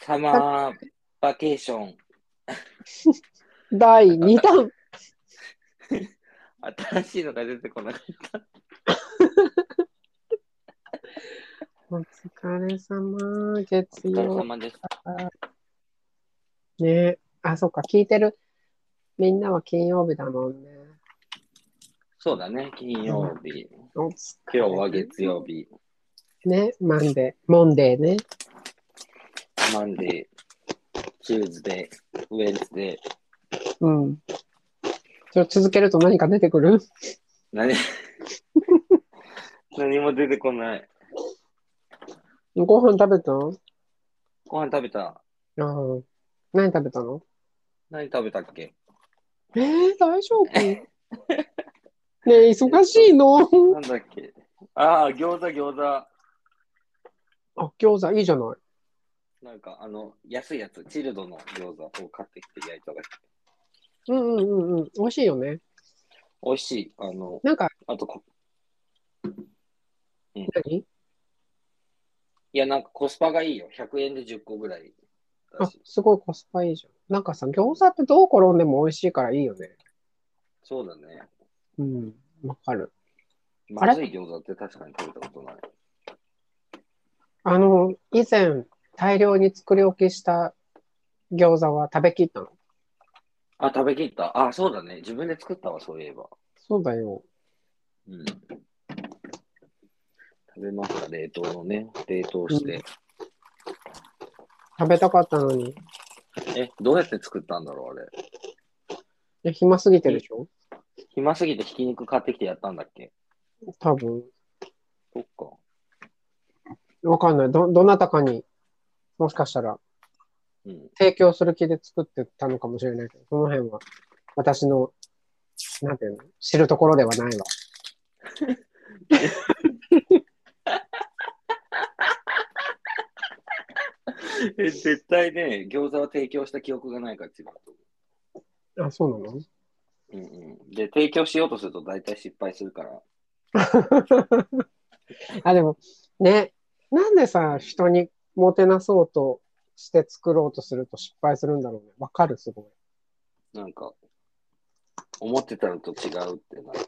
サマーバケーション、第2弾。新しいのが出てこなかった。お疲れ様、月お疲れ曜。様です。ねあ、そっか、聞いてる。みんなは金曜日だもんね。そうだね、金曜日。お疲れ今日は月曜日、ね、マンデー、モンデーね。マンデー、チューズデー、ウェンズデー。うん。それ続けると何か出てくる何 何も出てこない。ご飯食べたのご飯食べたうん。何食べたの何食べたっけえー、大丈 夫ねえ、忙しいのなんだっけああ、餃子餃子。あ、餃子いいじゃない。なんかあの、安いやつ、チルドの餃子を買ってきて焼いただけ。うんうんうんうん。美味しいよね。美味しい。あの、なんか、あとこ、何いや、なんかコスパがいいよ。100円で10個ぐらいだあし。、すごいコスパいいじゃん。なんかさ、餃子ってどう転んでも美味しいからいいよね。そうだね。うん。わかる。あれまずい餃子って確かに食べたことない。あの、以前、大量に作り置きした餃子は食べきったの。あ、食べきった。あ、そうだね。自分で作ったわ、そういえば。そうだよ。うん。食べました、冷凍のね。冷凍して。食べたかったのに。え、どうやって作ったんだろう、あれ。え暇すぎてるでしょ暇すぎてひき肉買ってきてやったんだっけ多分。そっか。わかんない。ど、どなたかに、もしかしたらうん。提供する気で作ってたのかもしれないけど、その辺は、私の、なんていうの、知るところではないわ。え、絶対ね、餃子は提供した記憶がないから違うとあ、そうなの思う。うんうん。で、提供しようとすると大体失敗するから。 あ、でも、ね、なんでさ、人にもてなそうとして作ろうとすると失敗するんだろうね。わかる、すごい。なんか、思ってたのと違うってなる。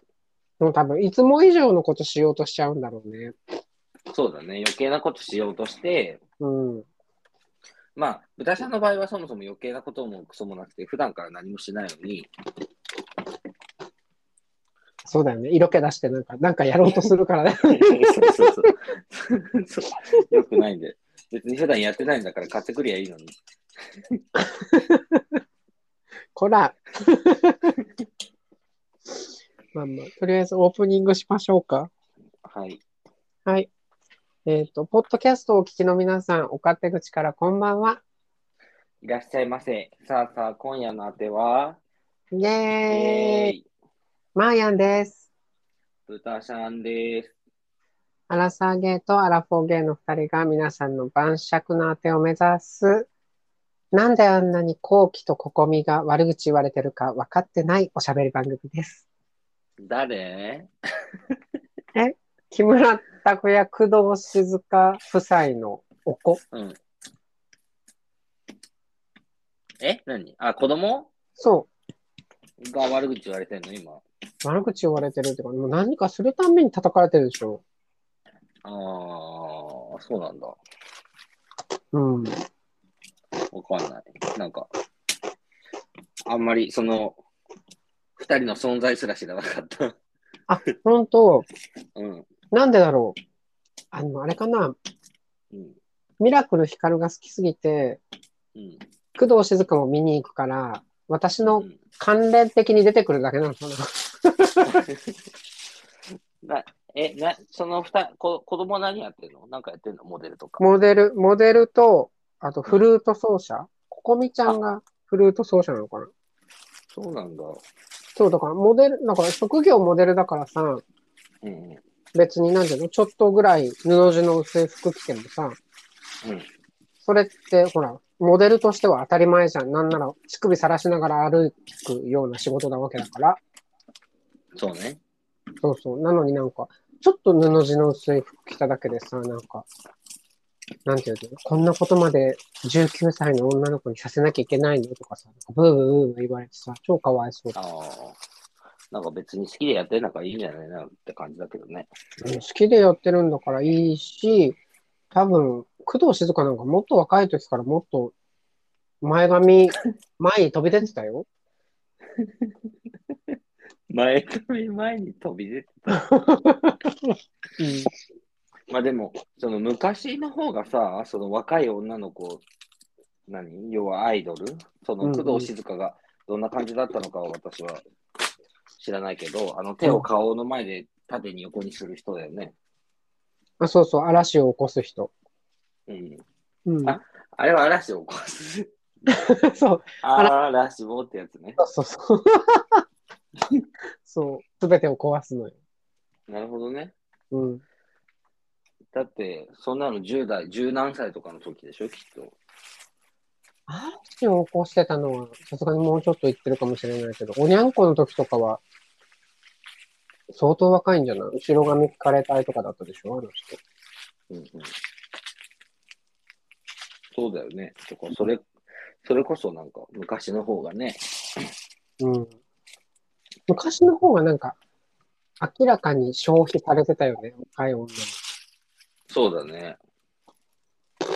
でも多分、いつも以上のことしようとしちゃうんだろうね。そうだね。余計なことしようとして、うん。まあ、豚さんの場合はそもそも余計なこともクソもなくて、普段から何もしないのに、そうだよね。色気出してなんか、なんかやろうとするからね。 そうそう そうそう。よくないんで。別に普段やってないんだから買ってくりゃいいのに。こら。 まあまあ、とりあえずオープニングしましょうか。はい。はい。えっ、と、ポッドキャストをお聞きの皆さん、お勝手口からこんばんは。いらっしゃいませ。さあさあ、今夜のあては、イえエーイ。ー、マーヤンです。豚さんです。アラサーゲーとアラフォーゲーの二人が皆さんの晩酌のあてを目指す。なんであんなに後期とココミが悪口言われてるか分かってないおしゃべり番組です。誰木村拓哉、工藤静香夫妻のお子。うん。え何あ、子供そう。が悪口言われてんの今。悪口言われてるっていうか、もう何かするたんびに叩かれてるでしょ。あー、そうなんだ。うん。わかんない。なんか、あんまりその、二人の存在すら知らなかった。 本当うん。なんでだろう。あの、あれかな。うん。ミラクルヒカルが好きすぎて、うん。工藤静香も見に行くから、私のうん関連的に出てくるだけなのかな。なえ、な、その二、こ子供何やってんのなんかやってんのモデルとか。モデル、モデルと、あとフルート奏者。ここみちゃんがフルート奏者なのかな。そうなんだ。そう、だからモデル、だから職業モデルだからさ、うん。うん。別になんていうのちょっとぐらい布地の薄い服着てもさ、それって、ほら、モデルとしては当たり前じゃん。なんなら、乳首さらしながら歩くような仕事なわけだから。そうね。そうそう。なのになんか、ちょっと布地の薄い服着ただけでさ、なんか、なんていうの、こんなことまで19歳の女の子にさせなきゃいけないのとかさ、ブーブーブーブー言われてさ、超かわいそうだ。ああ。なんか別に好きでやってんだからいいんじゃないなって感じだけどね。うん好きでやってるんだからいいし、多分、工藤静香なんかもっと若い時からもっと前 髪、前に飛び出てたよ。前髪前に飛び出てた。まあでも、その昔の方がさ、その若い女の子、何要はアイドルそうんのうん工藤静香がどんな感じだったのかは私は知らないけど、あの手を顔の前で縦に横にする人だよね。あそうそう、嵐を起こす人。うん。うん、あれは嵐を起こす。そう嵐をってやつね。そう そう。そう、すべてを壊すのよ。なるほどね。うん。だって、そんなの10代、十何歳とかの時でしょ、きっと。嵐を起こしてたのは、さすがにもうちょっと言ってるかもしれないけど、おにゃんこの時とかは、相当若いんじゃない後ろ髪聞かれたいとかだったでしょあの人。うんうん、そうだよね。とかそれそれこそなんか昔の方がね。うん昔の方がなんか、明らかに消費されてたよね、若い女のそうだね。ま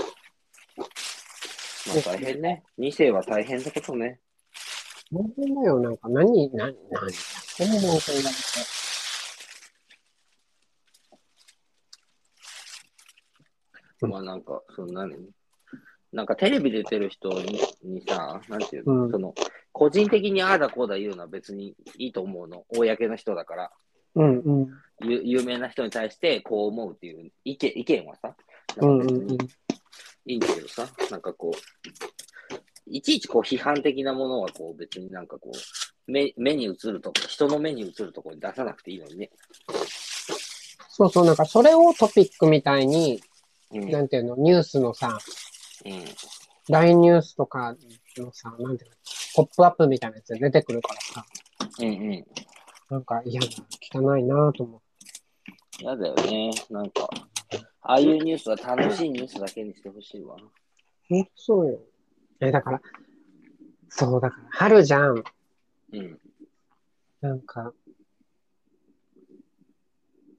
あ大変ね。2世は大変ってことね。子。大変だよ、なんか何、何、何やっても文句言われて。うんまあなんか、その何なんかテレビ出てる人ににさ、なんていうの、うんその、個人的にああだこうだ言うのは別にいいと思うの。公の人だから。うんうん。ゆ有名な人に対してこう思うっていう意見意見はさ、うなんんかう別んうにん。いいんだけどさ、なんかこう、いちいちこう批判的なものはこう別になんかこう、目目に映るとこ、人の目に映るところに出さなくていいのにね。そうそう、なんかそれをトピックみたいに、うん。なんていうの、ニュースのさ、うん、大ニュースとかのさ、なんていうの、ポップアップみたいなやつで出てくるからさ、うん、うん。なんか嫌だ、汚いなぁと思って。嫌だよね。なんか、ああいうニュースは楽しいニュースだけにしてほしいわ。え、そうよ。え、だから、そうだから、春じゃん。うん。なんか、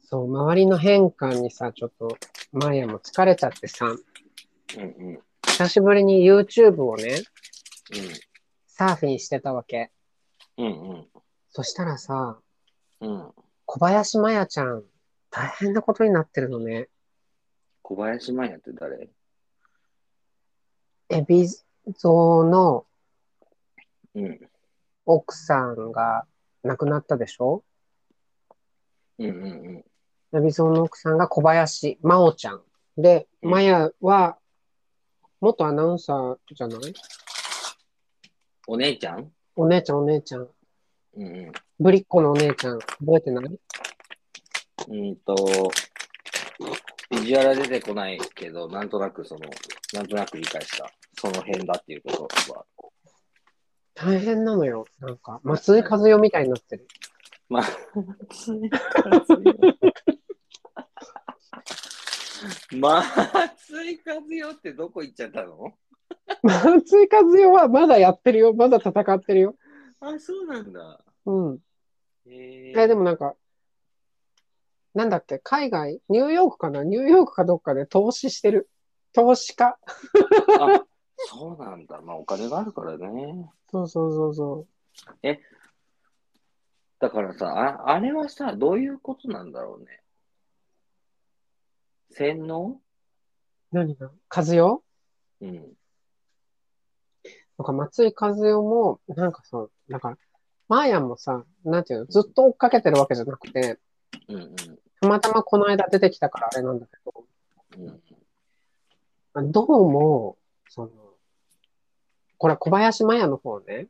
そう、周りの変化にさ、ちょっと、マヤも疲れちゃってさ、うん、うん、うん。久しぶりに YouTube をね、サーフィンしてたわけ。うん、そしたらさ、うん。うん。小小林マヤちゃん、大変なことになってるのね。林麻也って誰エビゾのうん。奥さんが亡くなったでしょうん、うん、うん。エビゾの奥さんが小林真央ちゃん。で、うんマヤは、元アナウンサーじゃないお姉ちゃんお姉ちゃんお姉ちゃん。うん、うん。ぶりっ子のお姉ちゃん、覚えてないうーんと、ビジュアルは出てこないけど、なんとなくその、なんとなく理解した。その辺だっていうことは。大変なのよ。なんか、松井和代みたいになってる。ま あ、まあ、追加よってどこ行っちゃったの松井和代はまだやってるよ。まだ戦ってるよ。あ、そうなんだ。うん。ええ、でもなんか、なんだっけ、海外、ニューヨークかなニューヨークかどっかで投資してる。投資家。あそうなんだ。まあ、お金があるからね。そうそうそうそだからさ、ああれはさ、どういうことなんだろうね。洗脳う。何が和代うん。なんか松井和代も、なんかそう、だから、マーヤンもさ、なんていうの、ずっと追っかけてるわけじゃなくて、うんうん。たまたまこの間出てきたからあれなんだけど、うんどうも、その、これ小林麻也の方ね。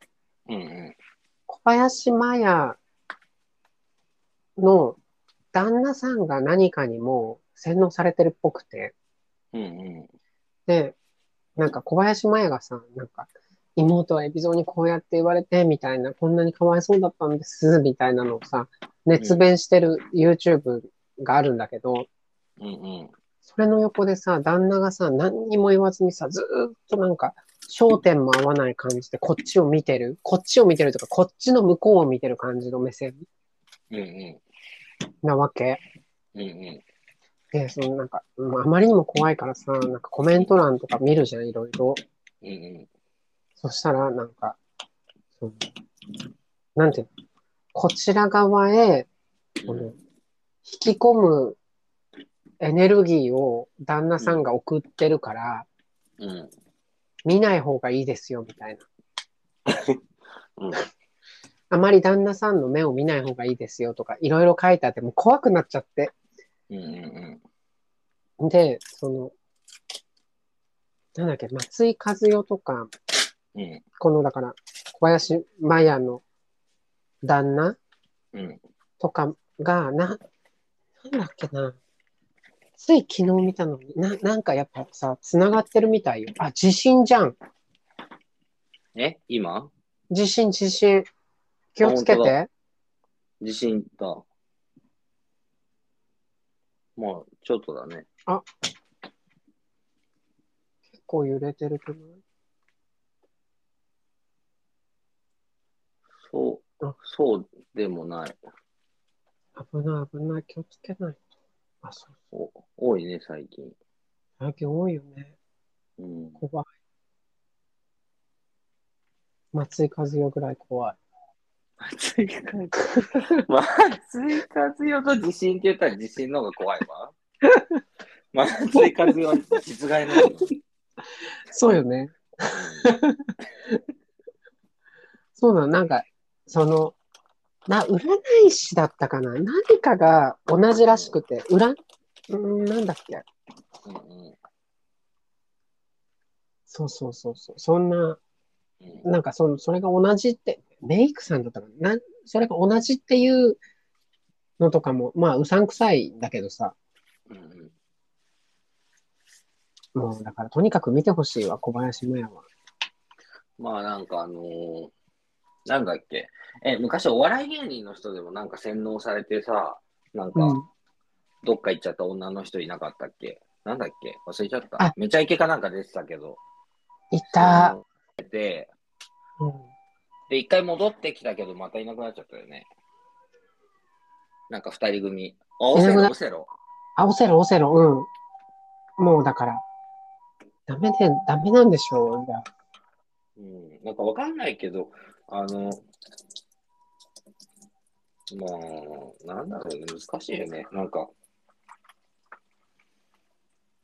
うんうん。小林麻也の旦那さんが何かにもう洗脳されてるっぽくて。うんうん。で、なんか小林麻也がさ、なんか、妹はエビゾにこうやって言われて、みたいな、こんなにかわいそうだったんです、みたいなのをさ、熱弁してる YouTube があるんだけど、うんうん。それの横でさ、旦那がさ、何にも言わずにさ、ずーっとなんか、焦点も合わない感じで、こっちを見てる。こっちを見てるとか、こっちの向こうを見てる感じの目線うんうなわけ。ん。うんうで、そのなんか、うんあまりにも怖いからさ、なんかコメント欄とか見るじゃん、いろいろ。ん。うんうん。そしたら、なんか、そのなんていうの、こちら側へ、この、引き込むエネルギーを旦那さんが送ってるから、うん。見ない方がいいですよ、みたいな。うん。あまり旦那さんの目を見ない方がいいですよとか、いろいろ書いてあって、もう怖くなっちゃって。うんうんで、その、なんだっけ、松井和代とか、うん。うん。この、だから、小林麻也の旦那うん。とかが、な、なんだっけな。つい昨日見たのに、な、なんかやっぱさ、繋がってるみたいよ。あ、地震じゃん。え今地震、地震。気をつけあ本当て。地震だ。まあ、ちょっとだね。結構揺れてるけど。そうあ、そうでもない。危ない、危ない。気をつけないと。あ、そう。お多いね、最近。最近多いよね。うん。怖い。松井和代ぐらい怖い。松井和松井和代と地震って言ったら地震の方が怖いわ。松井和代は実害なのよ。そうよね。そうなの、なんか、その、な、占い師だったかな何かが同じらしくて、占、うん、なんだっけうんそうそうそうそう。そんな、うんうんなんかその、それが同じって、メイクさんだったかななそれが同じっていうのとかも、まあ、うさんくさいんだけどさ、うんもう、だからとにかく見てほしいわ、小林麻也は。まあなんかあのーなんだっけえ、昔お笑い芸人の人でもなんか洗脳されてさ、なんうかん。どっか行っちゃった女の人いなかったっけ、なんだっけ忘れちゃっあた。めちゃイケかなんか出てたけど。いた。で、うん。で、一回戻ってきたけど、またいなくなっちゃったよね。なんか二人組。あ、オいセなくロ、なオセロ。あ、オセロ、オセロ、うん。もうだから、ダメで、ダメなんでしょう、じゃあうん。なんかわかんないけど、あの、まあ、なんだろうね、難しいよね。なんか、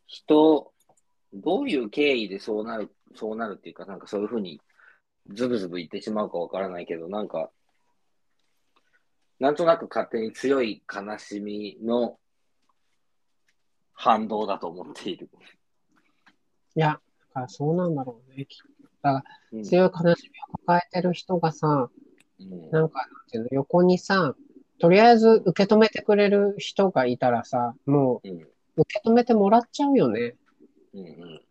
人、どういう経緯でそうなる、そうなるっていうか、なんかそういうふうに、ズブズブ言ってしまうかわからないけど、なんか、なんとなく勝手に強い悲しみの反動だと思っている。いや、だからそうなんだろうね。きっうんと強い悲しみを抱えてる人がさ、うんなんか、なんていうの、横にさ、とりあえず受け止めてくれる人がいたらさ、もうんう受け止めてもらっちゃうよね。うんうん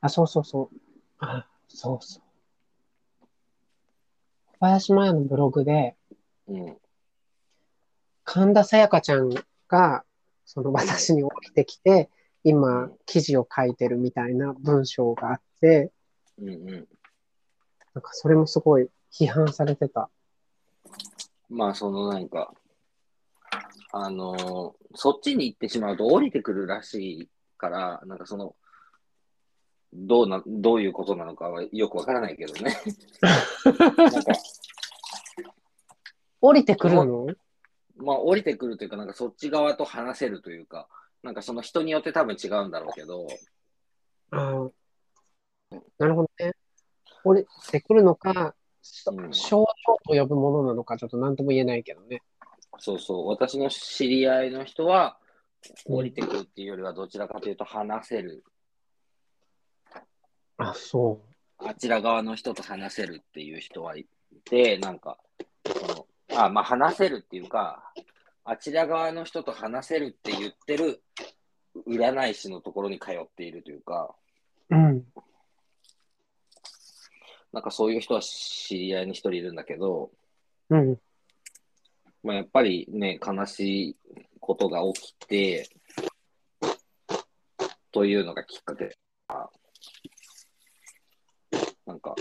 あ、そうそうそう。あ、そうそう。小林麻也のブログで、うん神田沙也加ちゃんが、その私に起きてきて、今、記事を書いてるみたいな文章があって、うんうんなんかそれもすごい批判されてた。まあそのなんか、あのーそっちに行ってしまうと降りてくるらしいから、なんかその、どうな、どういうことなのかはよくわからないけどね。 なんか、降りてくるのまあ降りてくるというか、なんかそっち側と話せるというか、なんかその人によって多分違うんだろうけど、ああ。なるほどね。降りてくるのか、しうん症状と呼ぶものなのか、ちょっと何とも言えないけどね。そうそう、私の知り合いの人は、降りてくるっていうよりは、どちらかというと話せる、あ、そあちら側の人と話せるっていう人はいて、なんか、そのあまあ、話せるっていうか、あちら側の人と話せるって言ってる占い師のところに通っているというか、う。うん。なんかそういう人は知り合いに一人いるんだけど、うん。まあ、やっぱりね、悲しいことが起きて、というのがきっかけ。なんか、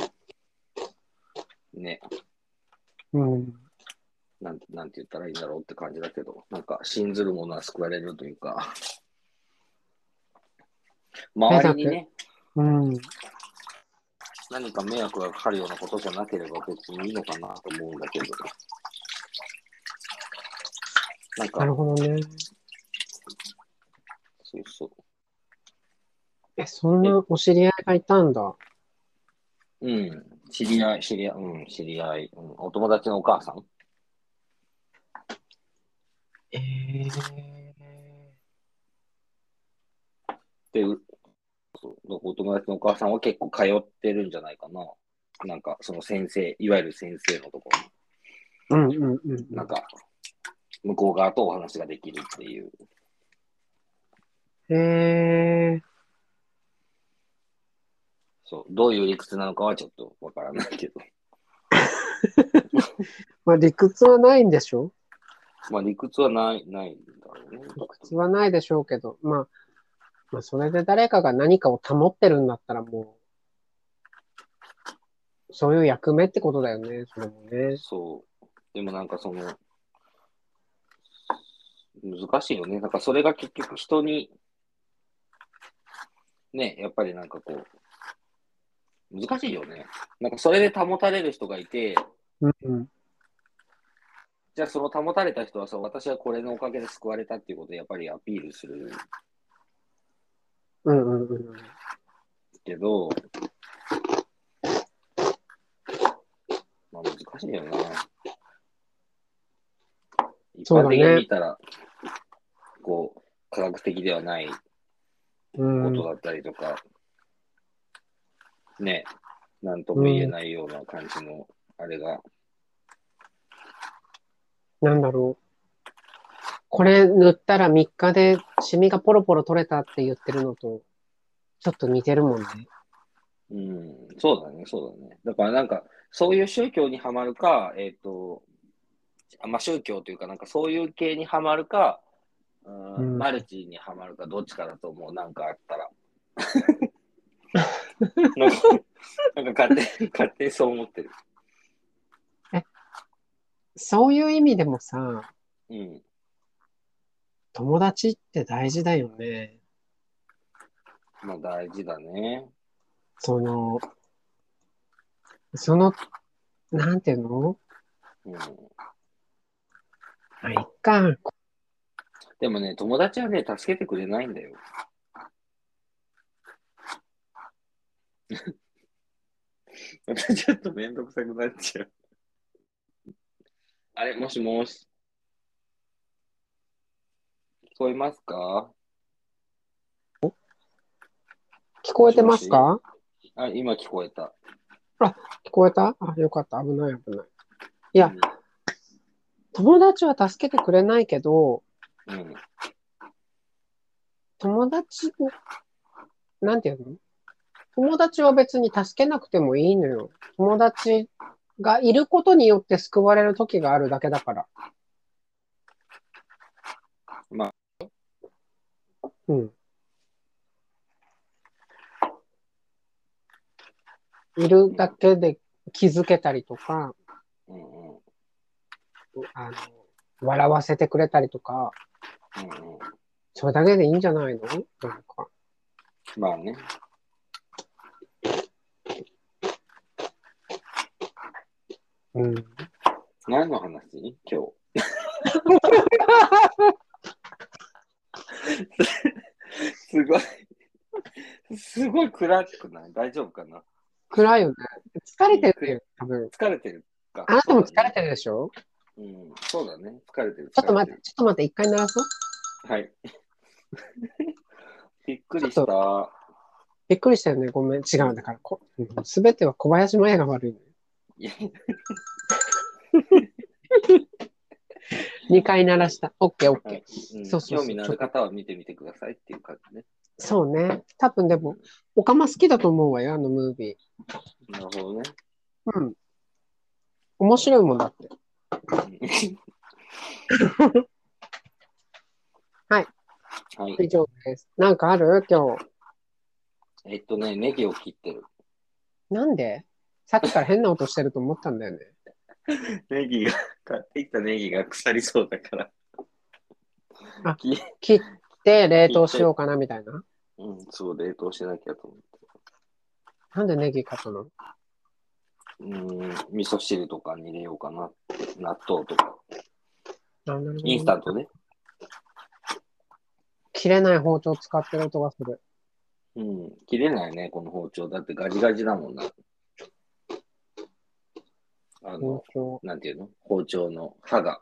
ね、うん。なんなんて言ったらいいんだろうって感じだけど、なんか、信ずる者は救われるという か、周りにね、うん。何か迷惑がかかるようなことじゃなければ別にいいのかなと思うんだけど、なんなかる、ほどね。そうそう。え、そんなお知り合いがいたんだ。うん。知り合い、知り合い、うん、知り合い。うん、お友達のお母さんええで、うそうお友達のお母さんは結構通ってるんじゃないかな。なんか、その先生、いわゆる先生のところうんうんうんうん。に、なんか、向こう側とお話ができるっていう。へえそう、どういう理屈なのかはちょっとわからないけど。 まあ理屈はないんでしょまあ、理屈はない、ないんだろうね。理屈はないでしょうけど、まあ、まあそれで誰かが何かを保ってるんだったらもう、そういう役目ってことだよね、それもね。そう。でもなんかその、難しいよね。なんかそれが結局人に、ね、やっぱりなんかこう、難しいよね。なんかそれで保たれる人がいて、うんうん。じゃあその保たれた人はさ、私はこれのおかげで救われたっていうことをやっぱりアピールするうんうんうん。けど、まあ難しいよな。一そうだ般ね的に見たら、こう、科学的ではないこうんとだったりとか、ね、なんとも言えないような感じの、あれが、なんだろう。これ塗ったら3日でシミがポロポロ取れたって言ってるのと、ちょっと似てるもんね。うん、そうだね、そうだね。だからなんか、そういう宗教にはまるか、えっ、と、あまあ宗教というか、なんかそういう系にはまるか、うんうんマルチにはまるか、どっちかだと思う、なんかあったら。なんか、なんか勝手に、勝手にそう思ってる。そういう意味でもさ、うん。友達って大事だよね。まあ大事だね。その、その、なんていうのうん。あ、いっか。でもね、友達はね、助けてくれないんだよ。 ちょっとめんどくさくなっちゃう。あれ、もしもし。聞こえますか聞こえてますかあ、今聞こえた。聞こえたあ、よかった。危ない、危ない。いやうん、友達は助けてくれないけど、うん。友達、なんていうの友達は別に助けなくてもいいのよ。友達がいることによって救われる時があるだけだから。まあ。うん。いるだけで気づけたりとか、うんうん。うんあの、笑わせてくれたりとか、うん。それだけでいいんじゃないのなんか。まあね。うん。何の話今 日。すごい。すごい暗くない大丈夫かな暗いよね。疲れてるよ、多分。疲れてるか。あなたも疲れる。てるでしょうん、そうだね。疲れてる。ちょっと待疲っれて、ちょっと待って、一回鳴らそう。てる。はい。 びっくりした。びっくりしたよね、ごめん。違うんだから、すべては小林麻耶が悪いのよ。いや二回鳴らした。オッケーオッはケーい。うんそうそうそう興味のある方は見てみてくださいっていう感じね。そうね。多分でも、オカマ好きだと思うわよ、あのムービー。なるほどね。うん。面白いもんだって。うんはい。以上です。なんかある今日。えっとね、ネギを切ってる。なんでさっきから変な音してると思ったんだよね。 ネギが、買ってきたネギが腐りそうだから。あき切って冷凍しようかなみたいな。うん、そう、冷凍しなきゃと思って。なんでネギ買ったのうん、味噌汁とかに入れようかな。納豆とか。あなるほどインスタントね。切れない包丁使ってる音がする。うん、切れないね、この包丁。だってガジガジだもんな。あの包、丁。なんていうの包丁の刃が。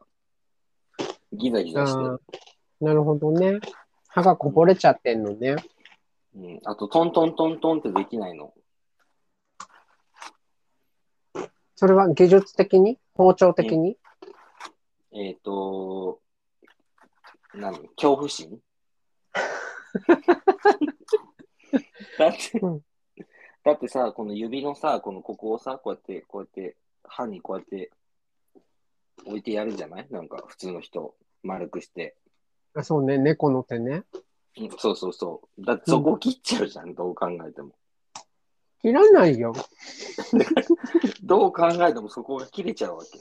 ギザギあザしてーる。なるほどね。歯がこぼれちゃってんのね。うん、あと、トントントントンってできないの。それは技術的に包丁的に、えっ、ー、と、何恐怖心 だってうん、だってさ、この指のさ、このここをさ、こうやって、こうやって、歯にこうやって置いてやるじゃないなんか普通の人、丸くして。あそうね、猫の手ね。うんそうそうそう。だってそこ切っちゃうじゃん、どう考えても。切らないよ。どう考えてもそこが切れちゃうわけ。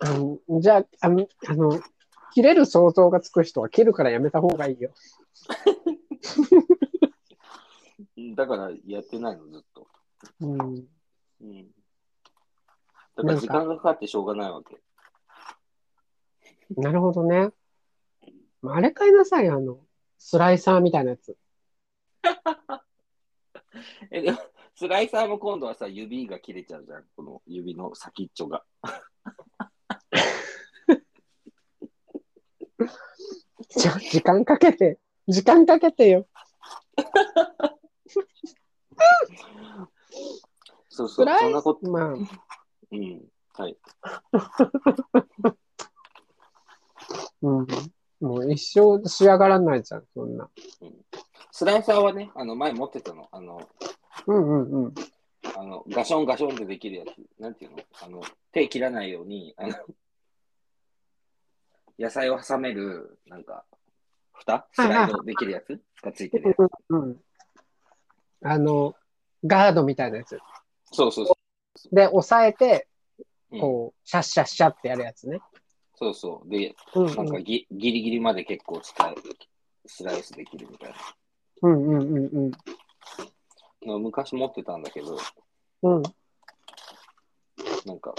あのじゃああの、あの、切れる想像がつく人は切るからやめた方がいいよ。うんだからやってないの、ずっと。うん、うん。だから時間がかかってしょうがないわけ。なるほどね。まああれ買いなさい、あの、スライサーみたいなやつ。 え、でも、スライサーも今度はさ、指が切れちゃうじゃん。この指の先っちょが。じゃあ、時間かけて、時間かけてよ。そうそスう、ラそイんなこと、まあ、うん。はい。うん。もう一生仕上がらないじゃん、そんな。スライサーはね、あの、前持ってたの。あの、うんうんうん。あのガションガションってできるやつ。なんていうのあの、手切らないように、あの、野菜を挟める、なんか、蓋スライドできるやつがついてるやつ。うん。あの、ガードみたいなやつ。そうそうそで、押さえて、う。うんこう、シャッシャッシャッってやるやつね。そうそう。で、うんうなんかんぎギリギリまで結構使える、スライスできるみたいな。うんうんうんの昔持ってたんだけど、うん。うん。なんか、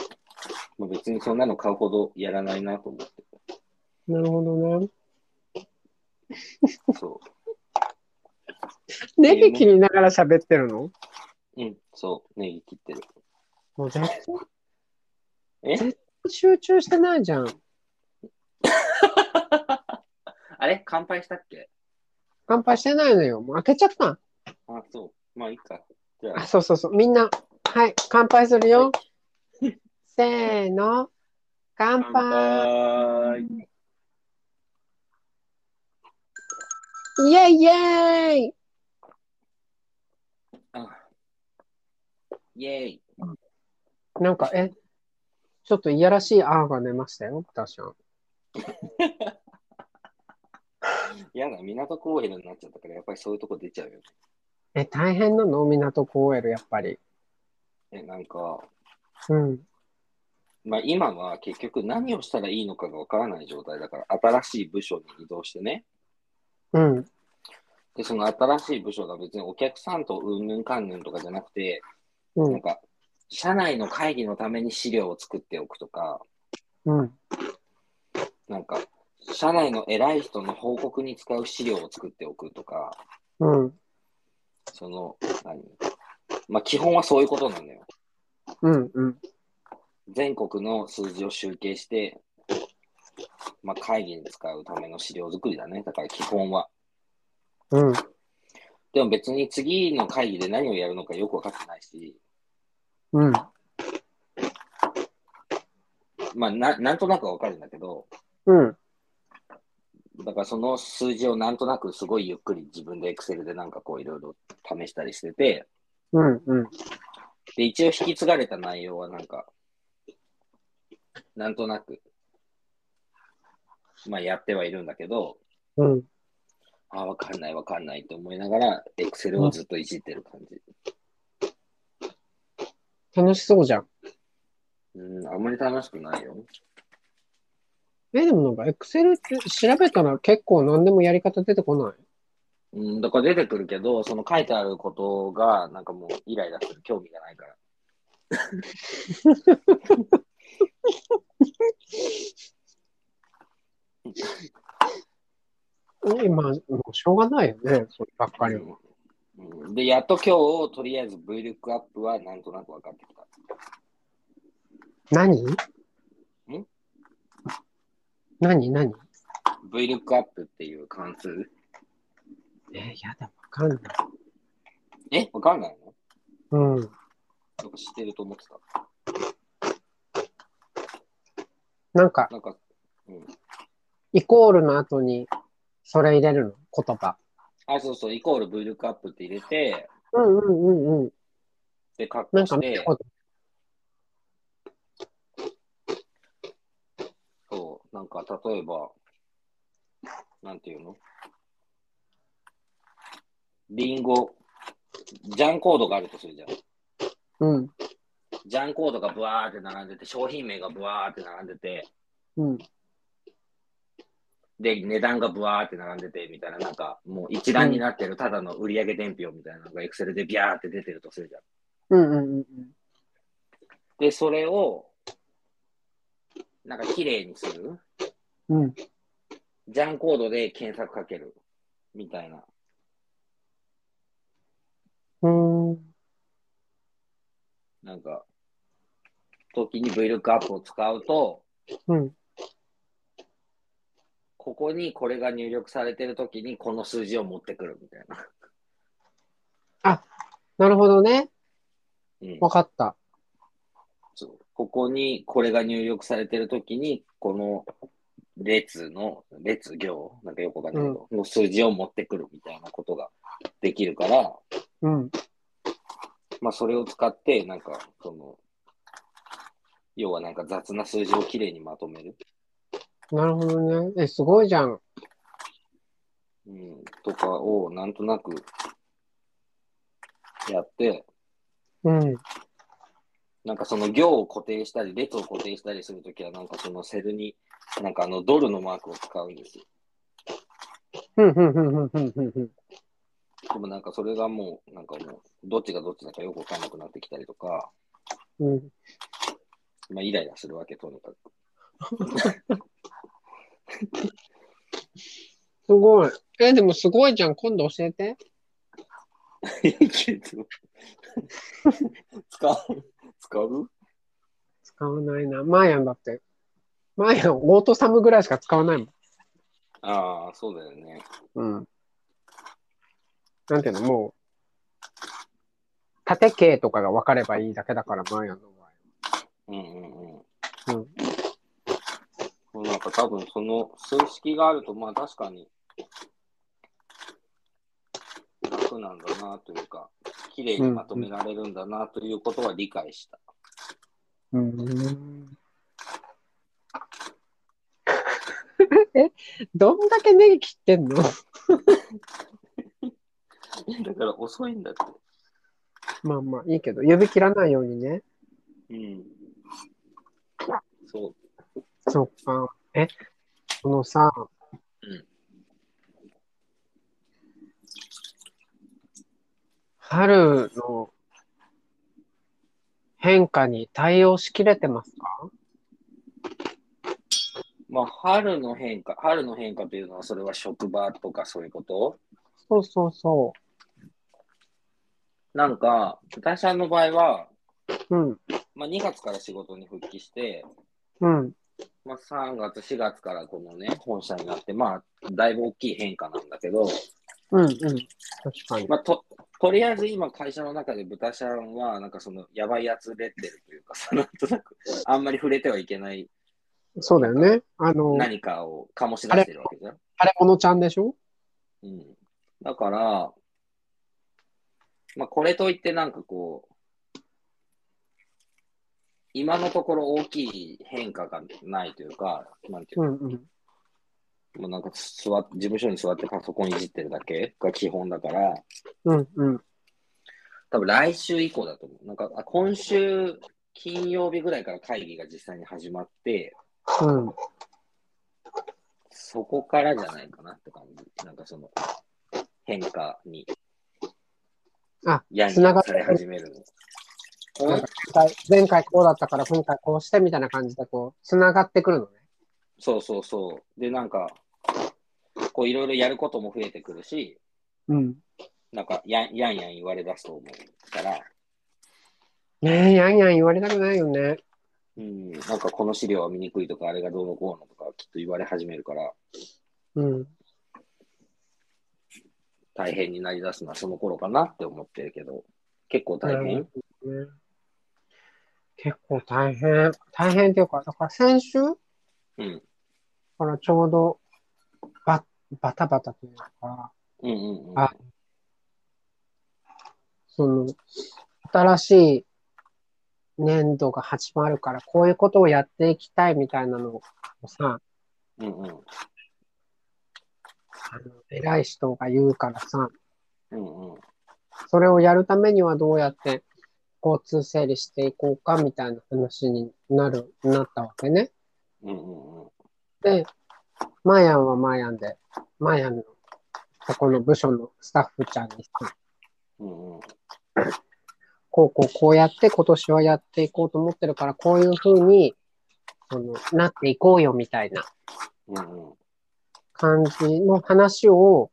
まあ、別にそんなの買うほどやらないなと思って。なるほどね。そネギ切りながら喋ってるのう。うん、そう。ネギ切ってる。もう絶対え集中してないじゃん。 あれ乾杯したっけ乾杯してないのよ。もう開けちゃった。あ、そう。まあいいか。じゃあ、あ、そうそうそう。みんな、はい、乾杯するよ。せーの、乾乾杯。杯。イェイイェイあイェーイ。なんか、え、ちょっといやらしいあーが出ましたよ、私は。やだ、港公園になっちゃったから、やっぱりそういうとこ出ちゃうよね。え、大変なの港公園やっぱり。え、なんか、うん。まあ今は結局何をしたらいいのかがわからない状態だから、新しい部署に移動してね。うん。で、その新しい部署が別にお客さんとうんぬんかんぬんとかじゃなくて、うなんん。か、社内の会議のために資料を作っておくとか、うん。なんか、社内の偉い人の報告に使う資料を作っておくとか、うん。その、何まあ、基本はそういうことなんだよ。うん。うん。全国の数字を集計して、まあ、会議に使うための資料作りだね。だから基本は。うん。でも別に次の会議で何をやるのかよくわかってないし、うん。まあ、ななんとなくはわかるんだけど、うん。だからその数字をなんとなくすごいゆっくり自分で Excel でなんかこういろいろ試したりしてて、うん。うん。で、一応引き継がれた内容はなんか、なんとなく、まあ、やってはいるんだけど、うん。あ、わかんないわかんないと思いながら、エクセルをずっといじってる感じ。楽しそうじゃん。うん、あんまり楽しくないよ。え、でもなんか、エクセルって調べたら結構何でもやり方出てこない。うん、だから出てくるけど、その書いてあることが、なんかもうイライラする、興味がないから。え、まあ、もうしょうがないよね、そればっかりは。うん、で、やっと今日、とりあえず VLOOKUP はなんとなく分かってきた。何何何 VLOOKUP っていう関数。え、やだ、わかんない。え、わかんないのうん。なんか知ってると思ってた。なんか、なんか、イコールの後に、それ入れるの、言葉。あ、そうそう、イコール VLOOKUP って入れて、うんうんうんうん。で、カッコなんかし見たて、こと、そう、なんか例えば、なんていうのリンゴ、ジャンコードがあるとするじゃん。うんジャンコードがブワーって並んでて、商品名がブワーって並んでて、うん。で、値段がブワーって並んでて、みたいな、なんか、もう一覧になってる、ただの売上伝票みたいなのが、エクセルでビャーって出てるとするじゃん。うんうんうんうん。で、それを、なんか綺麗にする。うん。ジャンコードで検索かける。みたいな。うーん。なんか、時に VLOOKUP を使うと、うん。ここにこれが入力されてる時にこの数字を持ってくるみたいな。なるほどね。うんわかった。そうここにこれが入力されてる時にこの列の、列行、なんかよくわかんないけど、の数字を持ってくるみたいなことができるから、うん。まあそれを使って、なんか、その、要はなんか雑な数字をきれいにまとめる。なるほどね。え、すごいじゃん。うん、とかをなんとなくやって、うん。なんかその行を固定したり、列を固定したりするときは、なんかそのセルに、なんかあのドルのマークを使うんですよ。ふんふんふんふんふんふんふん。でもなんかそれがもう、なんかもう、どっちがどっちだかよくわかんなくなってきたりとか、うん。まあイライラするわけ、とにかく。 すごい。え、でもすごいじゃん。今度教えて。 使う使う使わないな。マーヤンだって。マーヤン、オートサムぐらいしか使わないもん。ああ、そうだよね。うん。なんていうの、もう、縦形とかが分かればいいだけだから、マーヤ ンの場合。うんうんうん。うん。もうなんか多分その数式があると、まあ確かに楽なんだなというか、綺麗にまとめられるんだなということは理解した。うん。え、どんだけネギ切ってんの だから遅いんだって。まあまあいいけど、指切らないようにね。うん。そう。そうか。え、このさ、うん春の変化に対応しきれてますかまあ春の変化、春の変化というのはそれは職場とかそういうことそうそうそなんか、私さんの場合は、う。うん、まあ2月から仕事に復帰して、うん、まあ、3月、4月からこのね、本社になって、まあ、だいぶ大きい変化なんだけど、うん、うん。確かに。まあ、と、とりあえず今、会社の中で豚ちゃんは、なんかその、やばいやつレッテルというかさ、なんとなく、あんまり触れてはいけないそうだよね。あの、あれ何かを醸し出してるわけじゃん。小野ちゃんでしょうん。だから、まあ、これといってなんかこう、今のところ大きい変化がないというか、なんていうのうん、うん。もうなんか座っ、事務所に座ってパソコンいじってるだけが基本だから、うんうん。多分来週以降だと思う。なんか、あ今週金曜日ぐらいから会議が実際に始まって、うん。そこからじゃないかなって感じ。なんかその、変化に、あ、やにつながっされ始めるの。こう前回こうだったから今回こうしてみたいな感じでこう、つながってくるのね。そうそうそう。で、なんか、こういろいろやることも増えてくるし、うん。なんかやん、やんやん言われ出すと思うから、ねえ、やんやん言われたくないよね。うん、なんかこの資料は見にくいとか、あれがどうのこうのとか、きっと言われ始めるから、うん。大変になりだすのはその頃かなって思ってるけど、結構大変、ね結構大変。大変っていうか、だから先週かうん、らちょうどババタバタというか、うんうんうん。あその、新しい年度が始まるから、こういうことをやっていきたいみたいなのをさ、うんうん。あの偉い人が言うからさ、うんうん。それをやるためにはどうやって交通整理していこうかみたいな話になる、なったわけね。うんうんうん。で、マヤンはマヤンで、マヤンの、そこの部署のスタッフちゃんにさ、うんうん。こうこうこうやって今年はやっていこうと思ってるから、こういう風に、その、なっていこうよみたいなうんうん。感じの話を、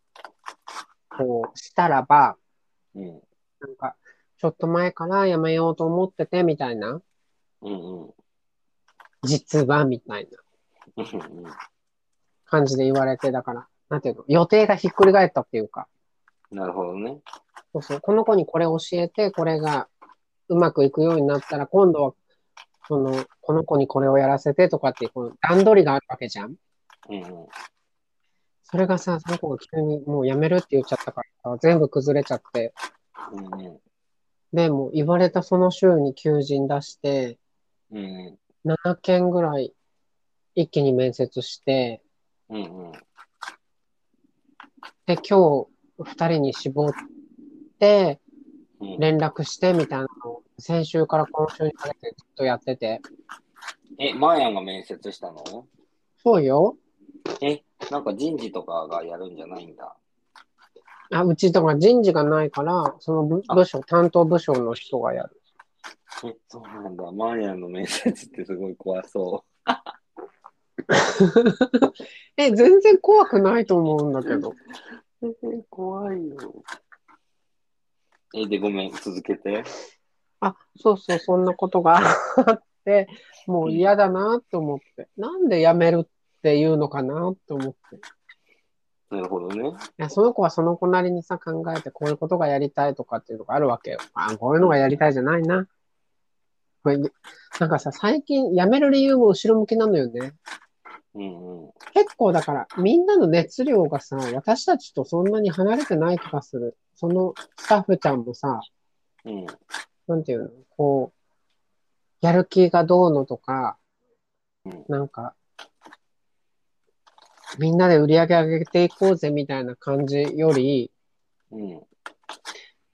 こう、したらば、うんなんか、ちょっと前からやめようと思ってて、みたいな、うんうん。実は、みたいなうんうん感じで言われて、だから、なんていうの、予定がひっくり返ったっていうか、なるほどね。そうそう。この子にこれ教えて、これがうまくいくようになったら、今度は、その、この子にこれをやらせてとかっていう、この段取りがあるわけじゃん。うんうん。それがさ、その子が急にもうやめるって言っちゃったからさ、全部崩れちゃって、うんうん。で、もう言われたその週に求人出して、うんうん。 7件ぐらい一気に面接して、うんうん。で、今日2人に絞って、うん連絡してみたいなのを、先週から今週にかけてずっとやってて、え、マーヤンが面接したのそうよ。え、なんか人事とかがやるんじゃないんだ。あ、うちとか人事がないから、その部あ部署、担当部署の人がやる。え、そうなんだ。マーヤンの面接ってすごい怖そえ、全然怖くないと思うんだけど。う。え、怖いよ。え、で、ごめん、続けて。あ、そうそう、そんなことがあって、もう嫌だなと思って。なんで辞めるっていうのかなと思って。いなるほどね。や、その子はその子なりにさ、考えて、こういうことがやりたいとかっていうのがあるわけよ。あ、こういうのがやりたいじゃないな。これなんかさ、最近辞める理由も後ろ向きなのよね。うんうん。結構だから、みんなの熱量がさ、私たちとそんなに離れてない気がする。そのスタッフちゃんもさ、うん。なんていうの、こう、やる気がどうのとかうん、なんか、みんなで売り上げ上げていこうぜみたいな感じより、うん。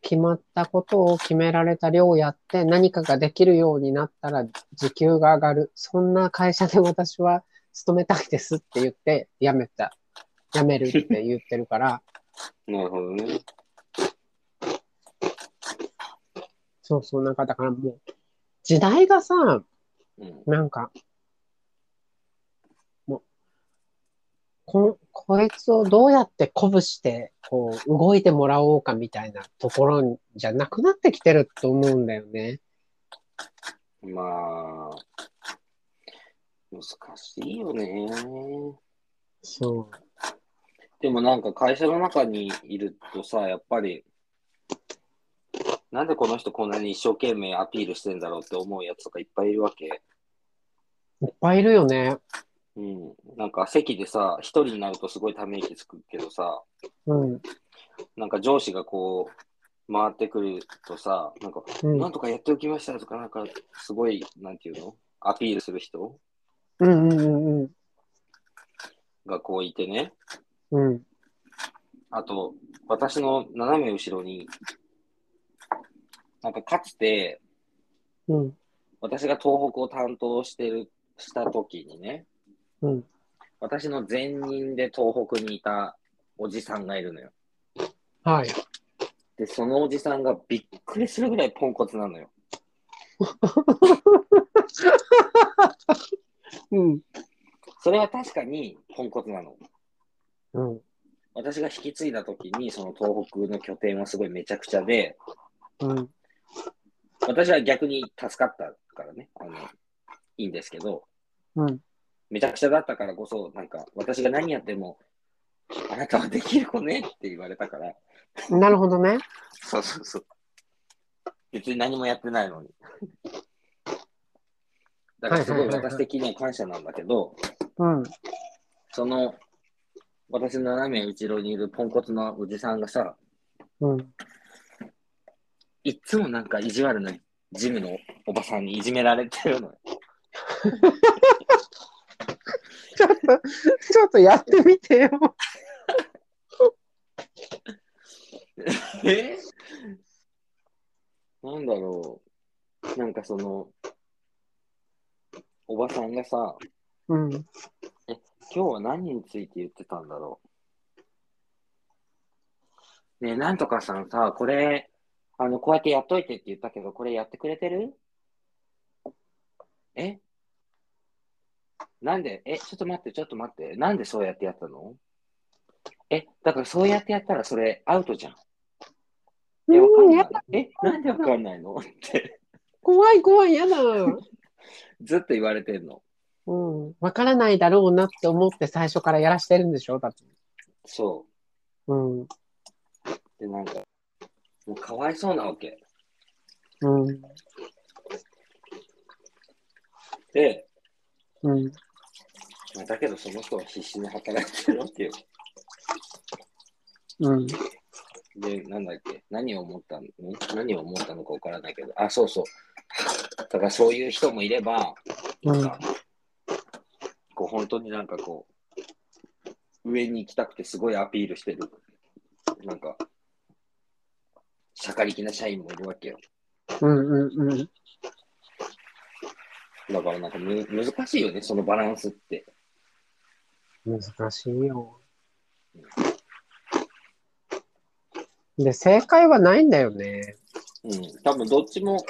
決まったことを決められた量やって何かができるようになったら時給が上がる。そんな会社で私は勤めたいですって言って辞めた。辞めるって言ってるから。なるほどね。そうそう、なんかだからもう時代がさ、うん。なんか、もう、こ、こいつをどうやって鼓舞して、こう、動いてもらおうかみたいなところじゃなくなってきてると思うんだよね。まあ、難しいよね。そう。でもなんか会社の中にいるとさ、やっぱり、なんでこの人こんなに一生懸命アピールしてんだろうって思うやつとかいっぱいいるわけ。いっぱいいるよね。うん。なんか席でさ、一人になるとすごいため息つくけどさ、うん。なんか上司がこう、回ってくるとさ、なんか、うんなんとかやっておきましたとか、なんか、すごい、なんていうのアピールする人うんうんうんうん。がこういてね、うん。あと、私の斜め後ろに、なんかかつて、うん。私が東北を担当してる、した時にね、うん。私の前任で東北にいたおじさんがいるのよ。はい。で、そのおじさんがびっくりするぐらいポンコツなのよ。うん。それは確かにポンコツなの。うん。私が引き継いだ時に、その東北の拠点はすごいめちゃくちゃで、うん。私は逆に助かったからね、あの、いいんですけど、うん。めちゃくちゃだったからこそ、なんか、私が何やっても、あなたはできる子ねって言われたから、なるほどね。そうそうそう。別に何もやってない のに。だからすごい私的には感謝なんだけど、うん。その、私の斜め後ろにいるポンコツのおじさんがさ、うん。いっつもなんか意地悪なジムのおばさんにいじめられてるのよ。ちょっと、ちょっとやってみてよ。えなんだろう。なんかその、おばさんがさ、うん。今日は何について言ってたんだろう。ねえ、なんとかさんさ、これ、あの、こうやってやっといてって言ったけど、これやってくれてるえなんでえ、ちょっと待って、ちょっと待って。なんでそうやってやったのえ、だからそうやってやったらそれアウトじゃん。え、わかうんん、なやいだ。え、なんでわかんないのって、怖い怖い、やだ。うずっと言われてんの。ん。わからないだろうなって思って最初からやらしてるんでしょだって。そうん。うう。で、なんか、もうかわいそうなわけ。ん。で、うん。まあ、だけどその人は必死に働いてるわけよ。うん。で、なんだっけ、何を思ったの何を思ったのかわからないけど、あ、そうそう。だからそういう人もいれば、うなんんか、こう本当になんかこう、上に行きたくてすごいアピールしてる。なんか、しゃかりきな社員もいるわけよ。うん。うん。だからなんかむ難しいよね、そのバランスって。難しいよ。で、正解はないんだよね。うん、多分どっちも、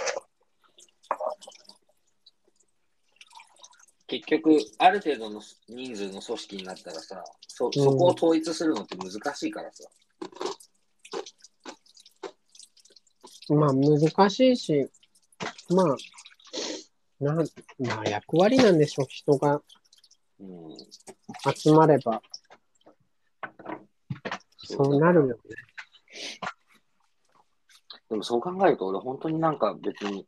結局、ある程度の人数の組織になったらさ、そそこを統一するのって難しいからさ、まあ、難しいし、まあ、なん、まあ、役割なんでしょう。人がうん、集まれば、そうそうなるよね。でもそう考えると、俺、本当になんか別に、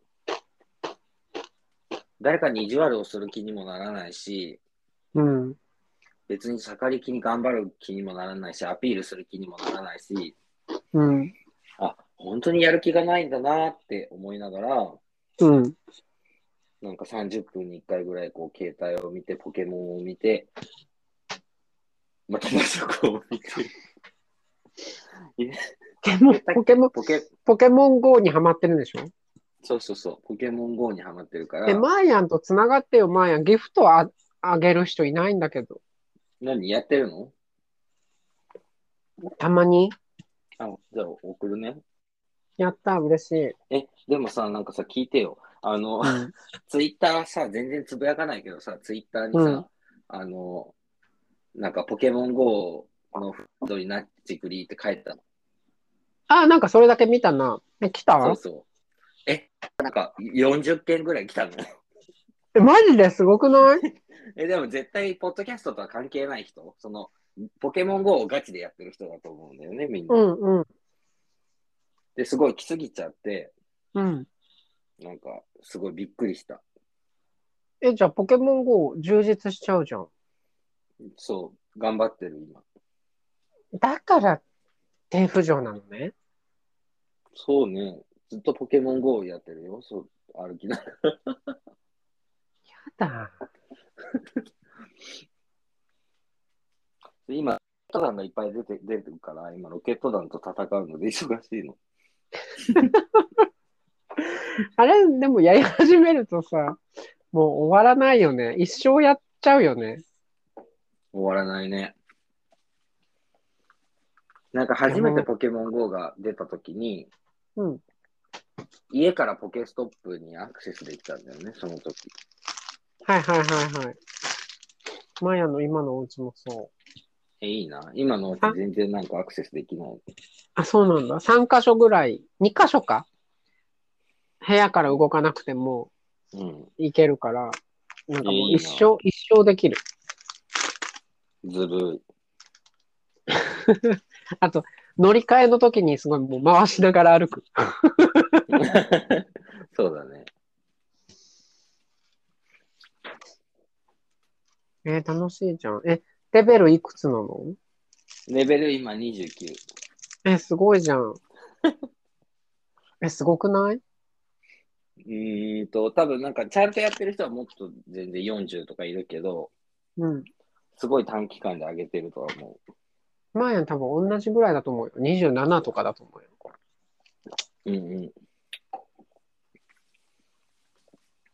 誰かに意地悪をする気にもならないし、うん。別に盛り気に頑張る気にもならないし、アピールする気にもならないし、うん。あ本当にやる気がないんだなって思いながら、うん。なんか30分に1回ぐらいこう携帯を見て、ポケモンを見て、またパソコンを 見て、ポケモン、ポケ、ポケモン GO にハマってるんでしょそうそうそう、ポケモン GO にハマってるからえ、、マーヤンと繋がってよ、マーヤン。ギフトああげる人いないんだけど。何やってるのたまに。あ、じゃあ送るね。やった、嬉しい。え、でもさ、なんかさ、聞いてよ。あの、うん。ツイッターさ、全然つぶやかないけどさ、ツイッターにさ、うんあの、なんかポケモン GO のフットになってくりって書いてたの。あ、なんかそれだけ見たな。え、来たそうそう。え、なんか40件ぐらい来たの よ。え、マジですごく ないえ、でも絶対、ポッドキャストとは関係ない人、その、ポケモン GO をガチでやってる人だと思うんだよね、みんな。うんうん。で、すごい来すぎちゃって、うん。なんか、すごいびっくりした。え、じゃあポケモン GO 充実しちゃうじゃん。そう、頑張ってる、今。だから、低浮上なのね。そうね、ずっとポケモン GO をやってるよ、そう、歩きながら。やだ。今、ロケット弾がいっぱい出て出てるから、今、ロケット弾と戦うので忙しいの。あれ、でもやり始めるとさ、もう終わらないよね。一生やっちゃうよね。終わらないね。なんか初めてポケモン GO が出たときに、うん。家からポケストップにアクセスできたんだよね、その時。はいはいはいはい。マヤの今のお家もそう。え、いいな。今のあ全然なんかアクセスできない。あ、そうなんだ。3箇所ぐらい、2箇所か。部屋から動かなくてもうん。行けるから、なんかもういいな一生、一生できる。ずるい。 あと、乗り換えの時にすごいもう回しながら歩く。そうだね。えー楽しいじゃん。え、レベルいくつなのレベル今29。え、すごいじゃん。え、すごくないうーんと、多分なんかちゃんとやってる人はもっと全然40とかいるけど、うん。すごい短期間で上げてるとは思マヤン多分同じぐらいだと思うよ。27とかだと思うよ。う。うんうん。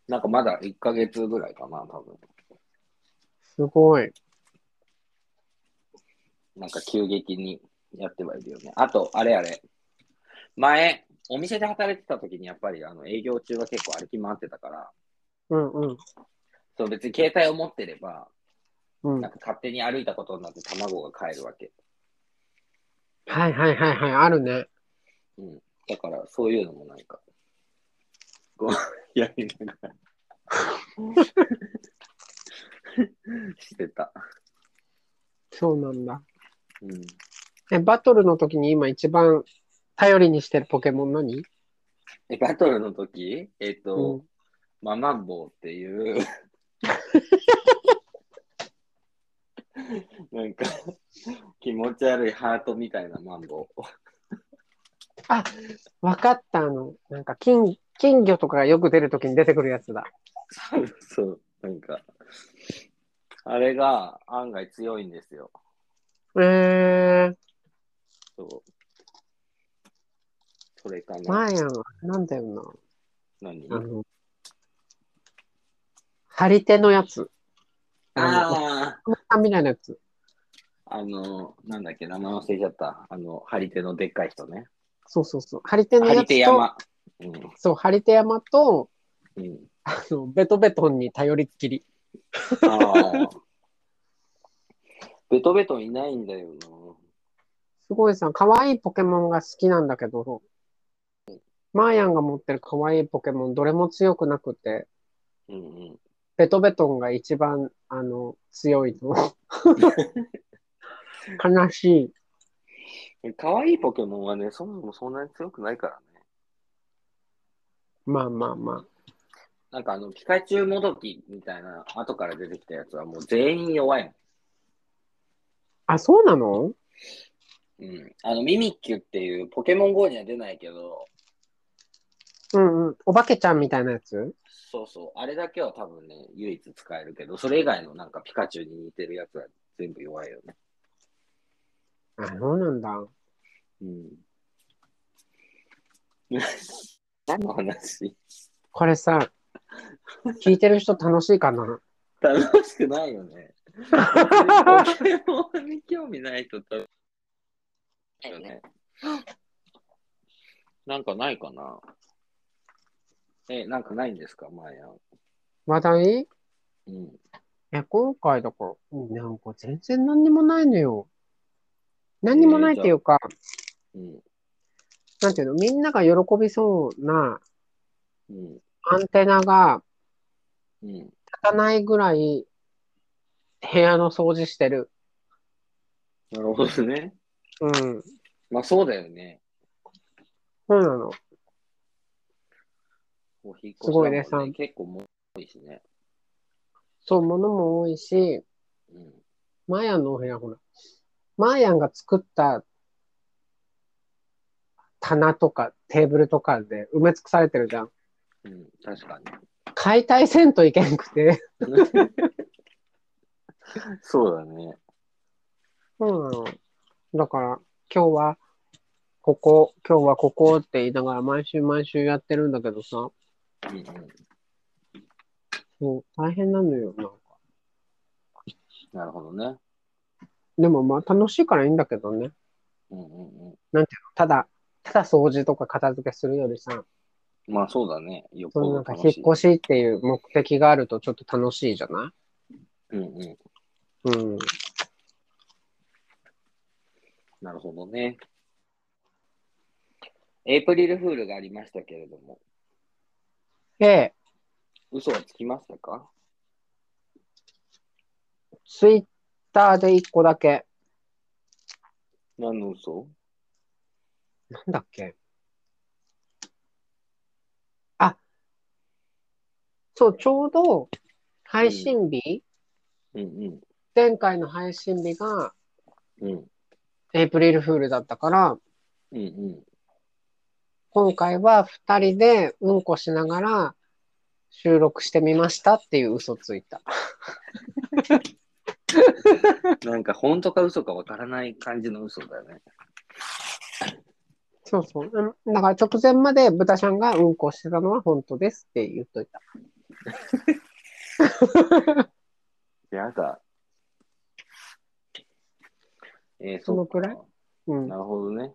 なんかまだ1ヶ月ぐらいかな、多分。すごい。なんか急激にやってはいるよね。あと、あれあれ。前、お店で働いてた時にやっぱりあの営業中は結構歩き回ってたから、うんうん。そう別に携帯を持ってれば、うん。なはんか勝手に歩いたことになって卵が買えるわけ。いはいはいはい。あるね。うん。だから、そういうのもなんか、こう、やりなが ら。してた。そうなんだ。うん。え、バトルの時に今一番頼りにしてるポケモン何え、バトルの時えっと、うんママンボウっていう、 なんか、気持ち悪いハートみたいなマンボウ。わかった、あの、なんか金、金魚とかがよく出る時に出てくるやつだ。そうそう、なんか、あれが案外強いんですよ。えー、そう。それかな。マヤンはなんだよな。何あの、張り手のやつ。あの、ああ、あみたいなやつ。あの、なんだっけ、名前忘れちゃった。あの、張り手のでっかい人ね。そうそうそう。張り手の張やりつ手と、山。うんそう、張り手山と、うん、あの、ベトベトンに頼りっきり。ああ。 ベトベトンいないんだよな。すごいさ、可愛いポケモンが好きなんだけど、マーヤンが持ってる可愛いポケモン、どれも強くなくて、うんうん。ベトベトンが一番、あの、強いの。 悲しい。可愛いポケモンはね、そもそもそんなに強くないからね。まあまあまあ。なんかあの、ピカチュウもどきみたいな、後から出てきたやつはもう全員弱いもあ、そうなのん。うん。あの、ミミッキュっていうポケモン GO には出ないけど、うんうん。お化けちゃんみたいなやつそうそう、あれだけは多分ね、唯一使えるけど、それ以外のなんかピカチュウに似てるやつは全部弱いよね。あ、そうなんだ。うん。 何の話これさ、聞いてる人楽しいかな楽しくないよね。ポケモンに興味ない人と。だよね。なんかないかなえ、なんかないんですかマーヤン。話題うん。え、今回だから、うんなんか全然何にもないのよ。何にもないっていうか、うん。なんていうの、みんなが喜びそうなうん。アンテナがうん。立たないぐらい部屋の掃除してる。なるほどね。うん。そうまあそうだよね。なの。もう引っ越しすごいねだもんさん結構も多いしね。そう、物も多いし、うん。マーヤンのお部屋、ほら。マーヤンが作った棚とかテーブルとかで埋め尽くされてるじゃん。うん。確かに。解体せんといけんくて。そうだね。そうなの。だから、今日は、ここ、今日はここって言いながら、毎週毎週やってるんだけどさ、うんうん。そう、大変なのよな。なるほどね。でもまあ、楽しいからいいんだけどね。うんうんうただ、ただ掃除とか片付けするよりさ、ん。まあそうだね。よっそぽのどなんか楽引っしい越しっていう目的があるとちょっと楽しいじゃなうんうん。いうん。なるほどね。エイプリルフールがありましたけれども、で、嘘はつきましたかツイッターで一個だけ、何の嘘なんだっけあ、そう、ちょうど配信日、うんうん。前回の配信日がうんエイプリルフールだったから、うんうん。今回は2人でうんこしながら収録してみましたっていう嘘ついた。なんか本当か嘘かわからない感じの嘘だよね。そうそう。うんだから直前まで豚ちゃんがうんこしてたのは本当ですって言っといた。やだ。えー、そのっかくらいうん。なるほどね。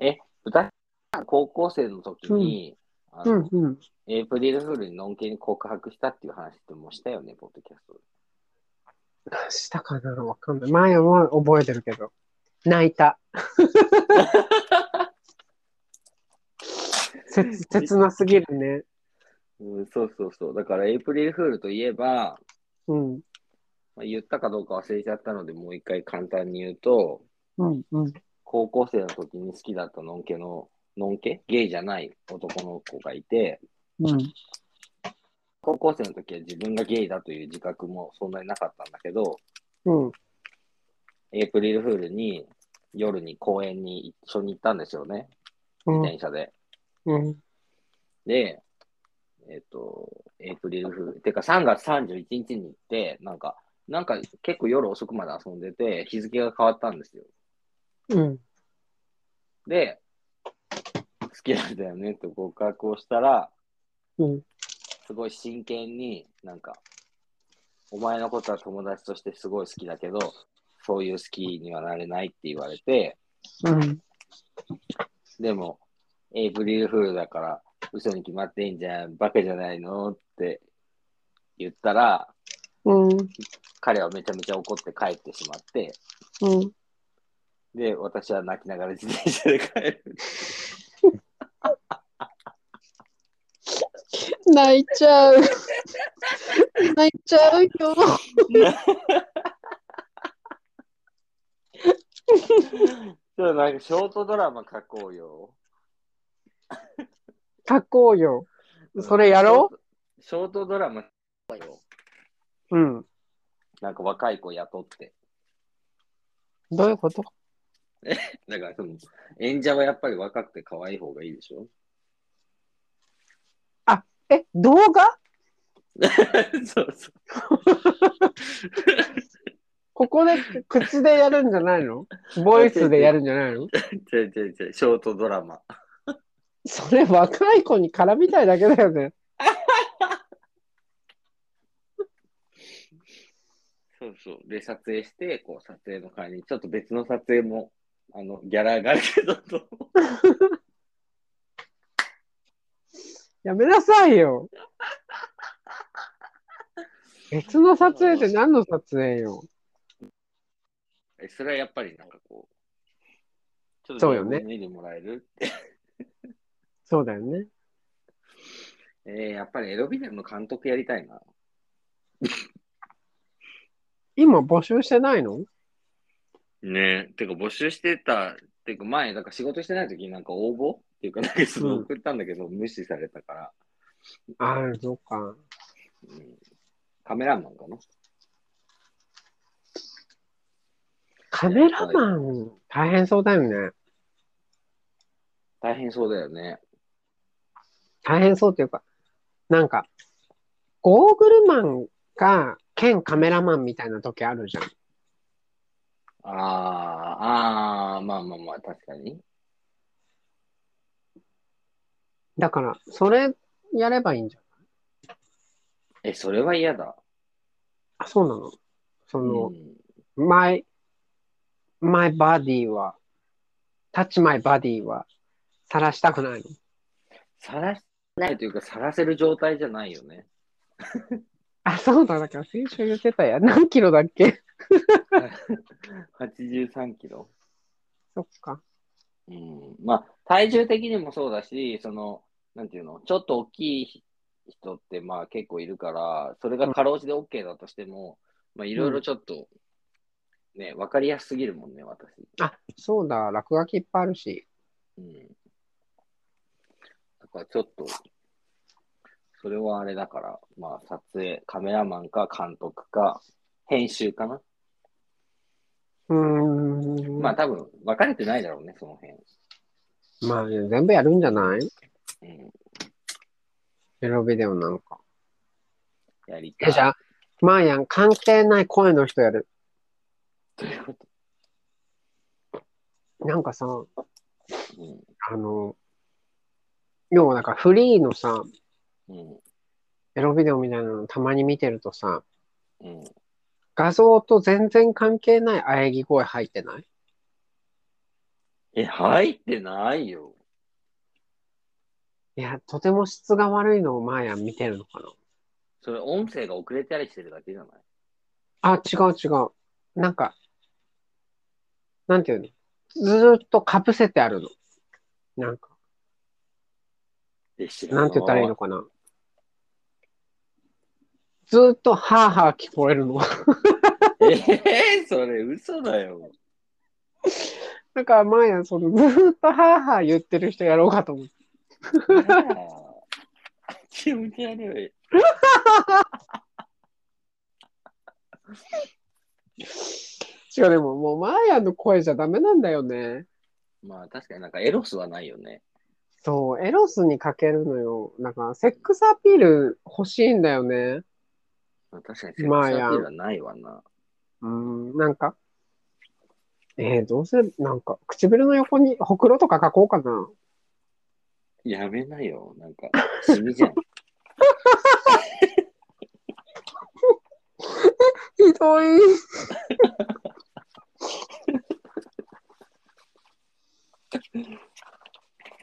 え、私が高校生の時に、あうのんうん。エイプリルフールにのんけに告白したっていう話ってもうしたよね、ポッドキャストで。したかなわかんない。前は覚えてるけど。泣いた。 切切なすぎるね。うん、そうそうそう。だから、エイプリルフールといえば、うん。まあ言ったかどうか忘れちゃったので、もう一回簡単に言うと、うんうん。高校生の時に好きだったのんけの、のんけゲイじゃない男の子がいて、うん。高校生の時は自分がゲイだという自覚もそんなになかったんだけど、うん。エイプリルフールに夜に公園に一緒に行ったんですよね、う自ん。転車で。うん。で、えっ、と、エイプリルフール、てか3月31日に行って、なんか、なんか結構夜遅くまで遊んでて、日付が変わったんですよ。うん。で、好きなんだよねと告白をしたら、うん。すごい真剣になんか、お前のことは友達としてすごい好きだけど、そういう好きにはなれないって言われて、うん。でも、エイプリルフールだから、嘘に決まってんじゃん、バカじゃないのって言ったら、うん。彼はめちゃめちゃ怒って帰ってしまって、うん。で、私は泣きながら自転車で帰る。 泣いちゃ う。泣いちゃうよ。ちょっとなんかショートドラマ書こうよ。書こうよ。それやろうショートショートドラマ書こうよ。ううん。なんか若い子雇って。どういうことだからその演者はやっぱり若くて可愛い方がいいでしょ え、動画そうそう。ここで口でやるんじゃないのボイスでやるんじゃないの違う違う違う、ショートドラマ。それ若い子に絡みたいだけだよね。そうそう。で、撮影して、こう撮影の間に、ちょっと別の撮影も、あの、ギャラ上がるけどと。やめなさいよ。別の撮影って何の撮影よ。えそれはやっぱりなんかこう、ちょっそとうよね見てもらえるそうだよね。えーやっぱりエロビデオの監督やりたいな。今募集してないのねえ。てか募集してた、てか前、なんか仕事してない時になんか応募っていうか、なんかそのうん送ったんだけど、無視されたから、ああ、そうか。うんカメラマンかな。カメラマン、大変そうだよね。大変そうだよね。大変そうっていうか、なんか、ゴーグルマンが兼カメラマンみたいな時あるじゃん。ああ、ああ、まあまあまあ、確かに。だから、それやればいいんじゃん。え、それは嫌だ。あ、そうなの。そのう、ん my, my body は、touch my body は、晒したくないの。さらしないというか、さらせる状態じゃないよね。あ、そうだ、だから先週言ってたやん。 何キロだっけ83キロ。そっか。うん。まあ、体重的にもそうだし、その、なんていうの、ちょっと大きい人って、まあ結構いるから、それが過労死で OK だとしても、まあいろいろちょっと、ね、わかりやすすぎるもんね、私。あ、そうだ、落書きいっぱいあるし。うん。だからちょっと、それはあれだから、まあ撮影、カメラマンか監督か、編集かな。うーん。まあ多分、分かれてないだろうね、その辺。まあ、全部やるんじゃないうん。エロビデオなんか。やりたえ、い。じゃあ、まあやん、関係ない声の人やる。ということなんかさ、うん。あの、要はなんかフリーのさ、うん。エロビデオみたいなのたまに見てるとさ、うん。画像と全然関係ない喘ぎ声入ってないえ、入ってないよ。いや、とても質が悪いのをまあやん見てるのかなそれ、音声が遅れたりしてるだけじゃないあ、違う違う。なんか、なんていうのずーっとかぶせてあるの。なんか、え、知らなんて言ったらいいのかな。ずーっとハーハー聞こえるの。 えー、それ、嘘だ よ。だから、まあやん、その、ずーっとハーハー言ってる人やろうかと思って。やだ気持ち悪い。違う、でも、もう、まあやんの声じゃダメなんだよね。まあ、確かになんかエロスはないよね。そう、エロスに欠けるのよ。なんか、セックスアピール欲しいんだよね。まあ確かにセッまクあスやアピールはないわな。うん、なんか、えー、どうせ、なんか、唇の横にほくろとか書こうかな。やめなよ。なんか、シミじゃん。 ひどい。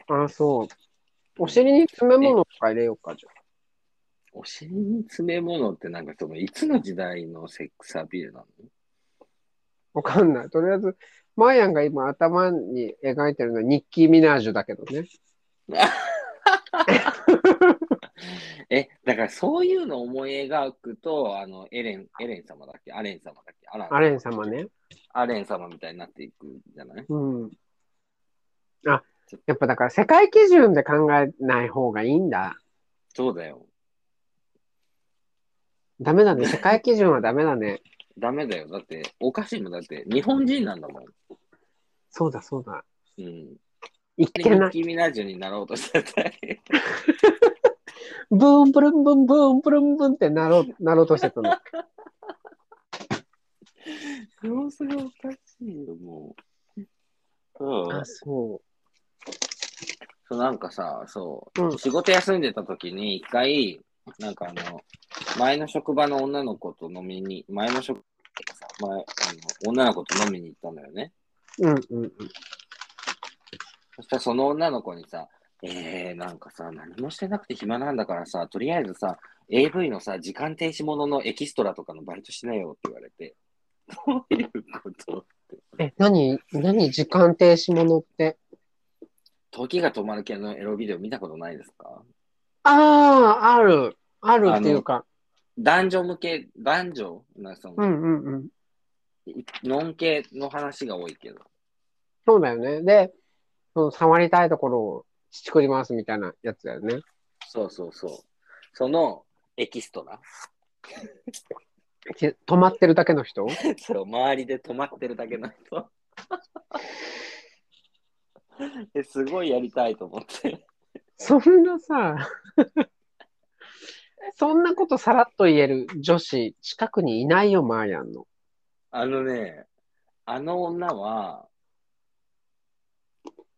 あ、そう。お尻に詰め物とか入れようか、じゃあお尻に詰め物ってなんかその、いつの時代のセックスアピールなのわかんない。とりあえず、マーヤンが今頭に描いてるのはニッキー・ミナージュだけどね。え、だからそういうのを思い描くと、あの、エレン、エレン様だっけアレン様だっけアランアレン様ね。アレン様みたいになっていくじゃないうん。あ、やっぱだから世界基準で考えない方がいいんだ。そうだよ。ダメだね。世界基準はダメだね。ダメだよ。だって、おかしいもん。だって、日本人なんだもん。そうだそうだ。うん。いニけなッい。キー・ミナージュになろうとしてたりブーンブルンブンブーンブルンブンってなろう、なろうとしてたの。様子がおかしいよ、もう。うんあ、。そ。そう、なんかさ、そううんう、。仕事休んでた時に、一回、なんかあの、前の職場の女の子と飲みに、前の職前あの女の子と飲みに行ったんだよね。うんうんそしたらその女の子にさ、えー、なんかさ、何もしてなくて暇なんだからさ、とりあえずさ、AV のさ、時間停止もののエキストラとかのバイトしなよって言われて、どういうことうん。え、何何時間停止ものって。時が止まる系のエロビデオ見たことないですかああ、ある。あるっていうか。男女向け、男女なその、うんうんうん。ノン系の話が多いけど。そうだよね。で、その触りたいところをちくりますみたいなやつだよね。そうそうそう。そのエキストラ。 え止まってるだけの人そう、周りで止まってるだけの人。 えすごいやりたいと思って。 そんなさ、 そんなことさらっと言える女子、近くにいないよ、マーヤンの。あのね、あの女は、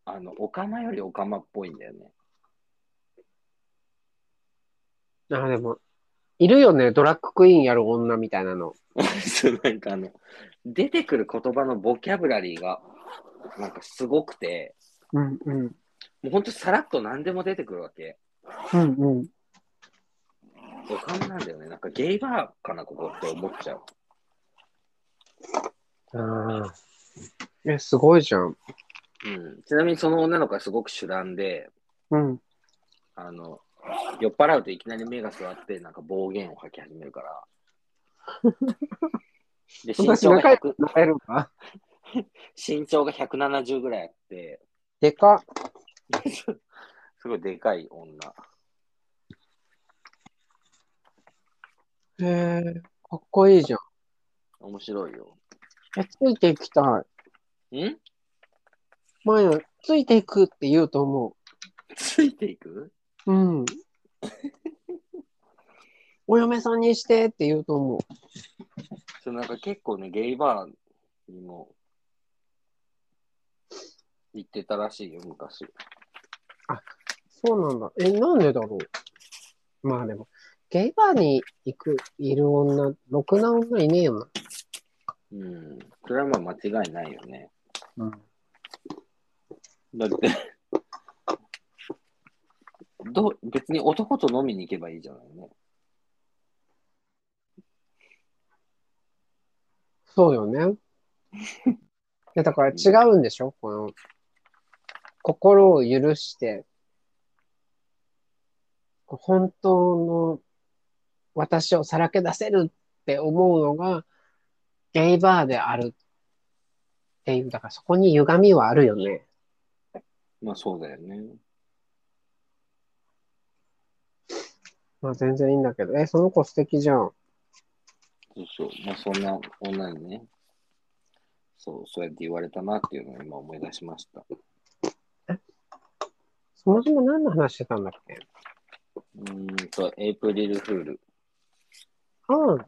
あの、オカマよりオカマっぽいんだよね。 あ、でも、いるよね、ドラッグクイーンやる女みたいなの。そうなんかあの、出てくる言葉のボキャブラリーが、なんかすごくて、うんうん。もうほんとさらっと何でも出てくるわけ。うんうん。オカマなんだよね。なんかゲイバーかな、ここって思っちゃう。ああ。え、すごいじゃん。うん。ちなみにその女の子はすごく主乱で、うん。あの、酔っ払うといきなり目が座って、なんか暴言を吐き始めるから。で、身私、長が仲良100くなれるか身長が170ぐらいあって、 でかっ。すごいでかい女。へえ、かっこいいじゃん。面白いよ。え、ついていきたんい。前の、ついていくって言うと思ついていくう。うん。お嫁さんにしてって言うと思う。そうなんか結構ね、ゲイバーにも行ってたらしいよ、昔。そうなんだ。え、なんでだろう。まあでも、ゲイバーに行く、いる女、ろくな女いねえよな。うん。それはまあ間違いないよね。うん。だって、どう別に男と飲みに行けばいいじゃないね。そうよね。いや、だから違うんでしょこの、心を許して、本当の私をさらけ出せるって思うのが、ゲイバーであるっていう、だからそこに歪みはあるよね。まあそうだよね。まあ全然いいんだけど、え、その子素敵じゃん。そうそう。まあそんな女にね、そう、そうやって言われたなっていうのを今思い出しました。そもそも何の話してたんだっけうーんと、エイプリルフール。うん。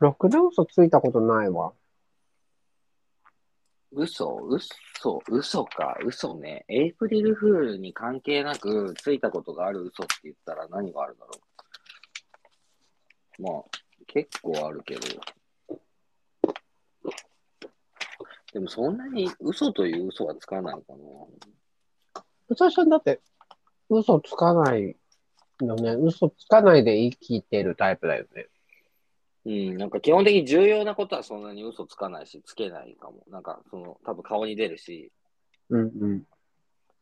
ろくで嘘ついたことないわ。嘘嘘嘘か嘘ね。エイプリルフールに関係なく、ついたことがある嘘って言ったら何があるだろう。まあ、結構あるけど。でもそんなに嘘という嘘はつかないかな。嘘ちゃんだって、嘘つかないよね。嘘つかないで生きてるタイプだよね。うん、なんか基本的に重要なことはそんなに嘘つかないし、つけないかも。なんかその、多分顔に出るし、うんうん。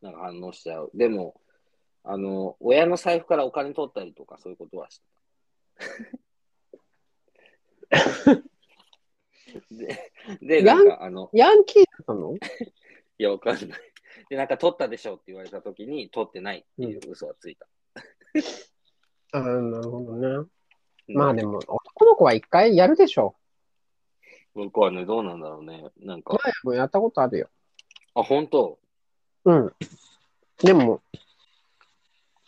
なんか反応しちゃう。でも、あの、親の財布からお金取ったりとかそういうことはした。で、で、やなんんか、あの、ヤンキーだったのいや、わかんない。で、なんか取ったでしょって言われたときに、取ってないっていう嘘はついた。ああ、なるほどね。うんまあでも、男の子は一回やるでしょ。僕はね、どうなんだろうね。なんか、前もやったことあるよ。あ、本当うん。でも、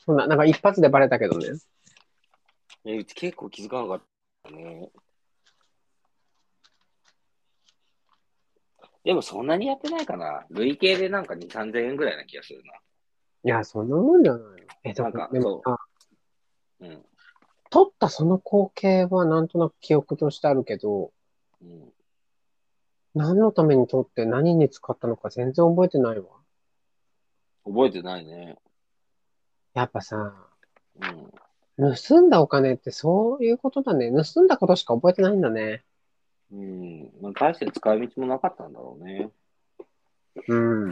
そんな、なんか一発でバレたけどね。え、うち結構気づかなかったね。でもそんなにやってないかな。累計でなんか2、3000円ぐらいな気がするいや、そんなもんじゃないの。え、でなもんか、でもそさ、な。うん。撮ったその光景はなんとなく記憶としてあるけど、うん何のために撮って何に使ったのか全然覚えてないわ。覚えてないね。やっぱさ、うん。盗んだお金ってそういうことだね。盗んだことしか覚えてないんだね。うん。まあ、大して使い道もなかったんだろうね。うん。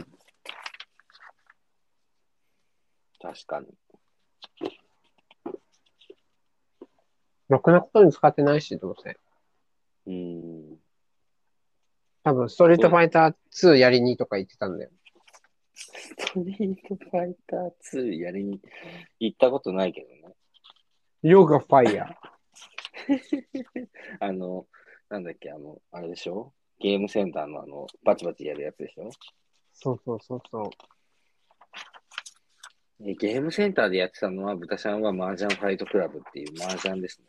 確かに。ろくなことに使ってないし、どうせ。うん。多分、ストリートファイター2やりにとか言ってたんだよ。ストリートファイター2やりに行ったことないけどね。ヨガファイヤー。あの、なんだっけ、あの、あれでしょゲームセンターのあの、バチバチやるやつでしょそうそうそうそう。えゲームセンターでやってたのは、豚ちゃんは麻雀ファイトクラブっていう麻雀ですね。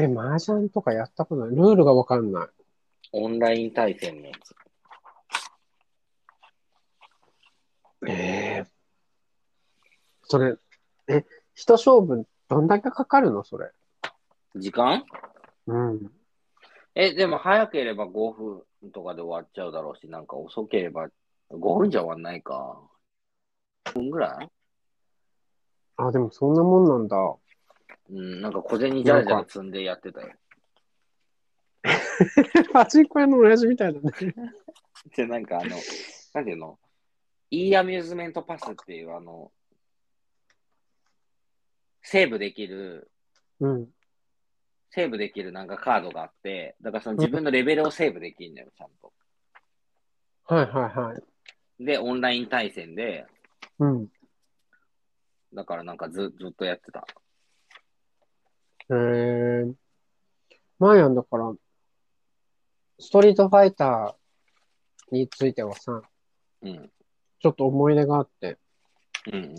え、麻雀とかやったことない。ルールがわかんない。オンライン対戦のやつ。ええそれ、え、一勝負どんだけかかるのそれ。時間うん。え、でも早ければ5分とかで終わっちゃうだろうし、なんか遅ければ5分じゃ終わんないか。5分ぐらいあ、でもそんなもんなんだ。うん、なんか小銭じゃらじゃら積んでやってたよ。 パチンコ屋の親父みたいだね。 で、なんかあ の、なんていうのいいアミューズメントパスっていう、あの、セーブできる、うん。セーブできるなんかカードがあって、だからその自分のレベルをセーブできるのよ、ちゃんと。はいはいはい。で、オンライン対戦で、うん。だからなんかずずっとやってた。えー、マーヤンだから、ストリートファイターについてはさ、うん。ちょっと思い出があって、うん、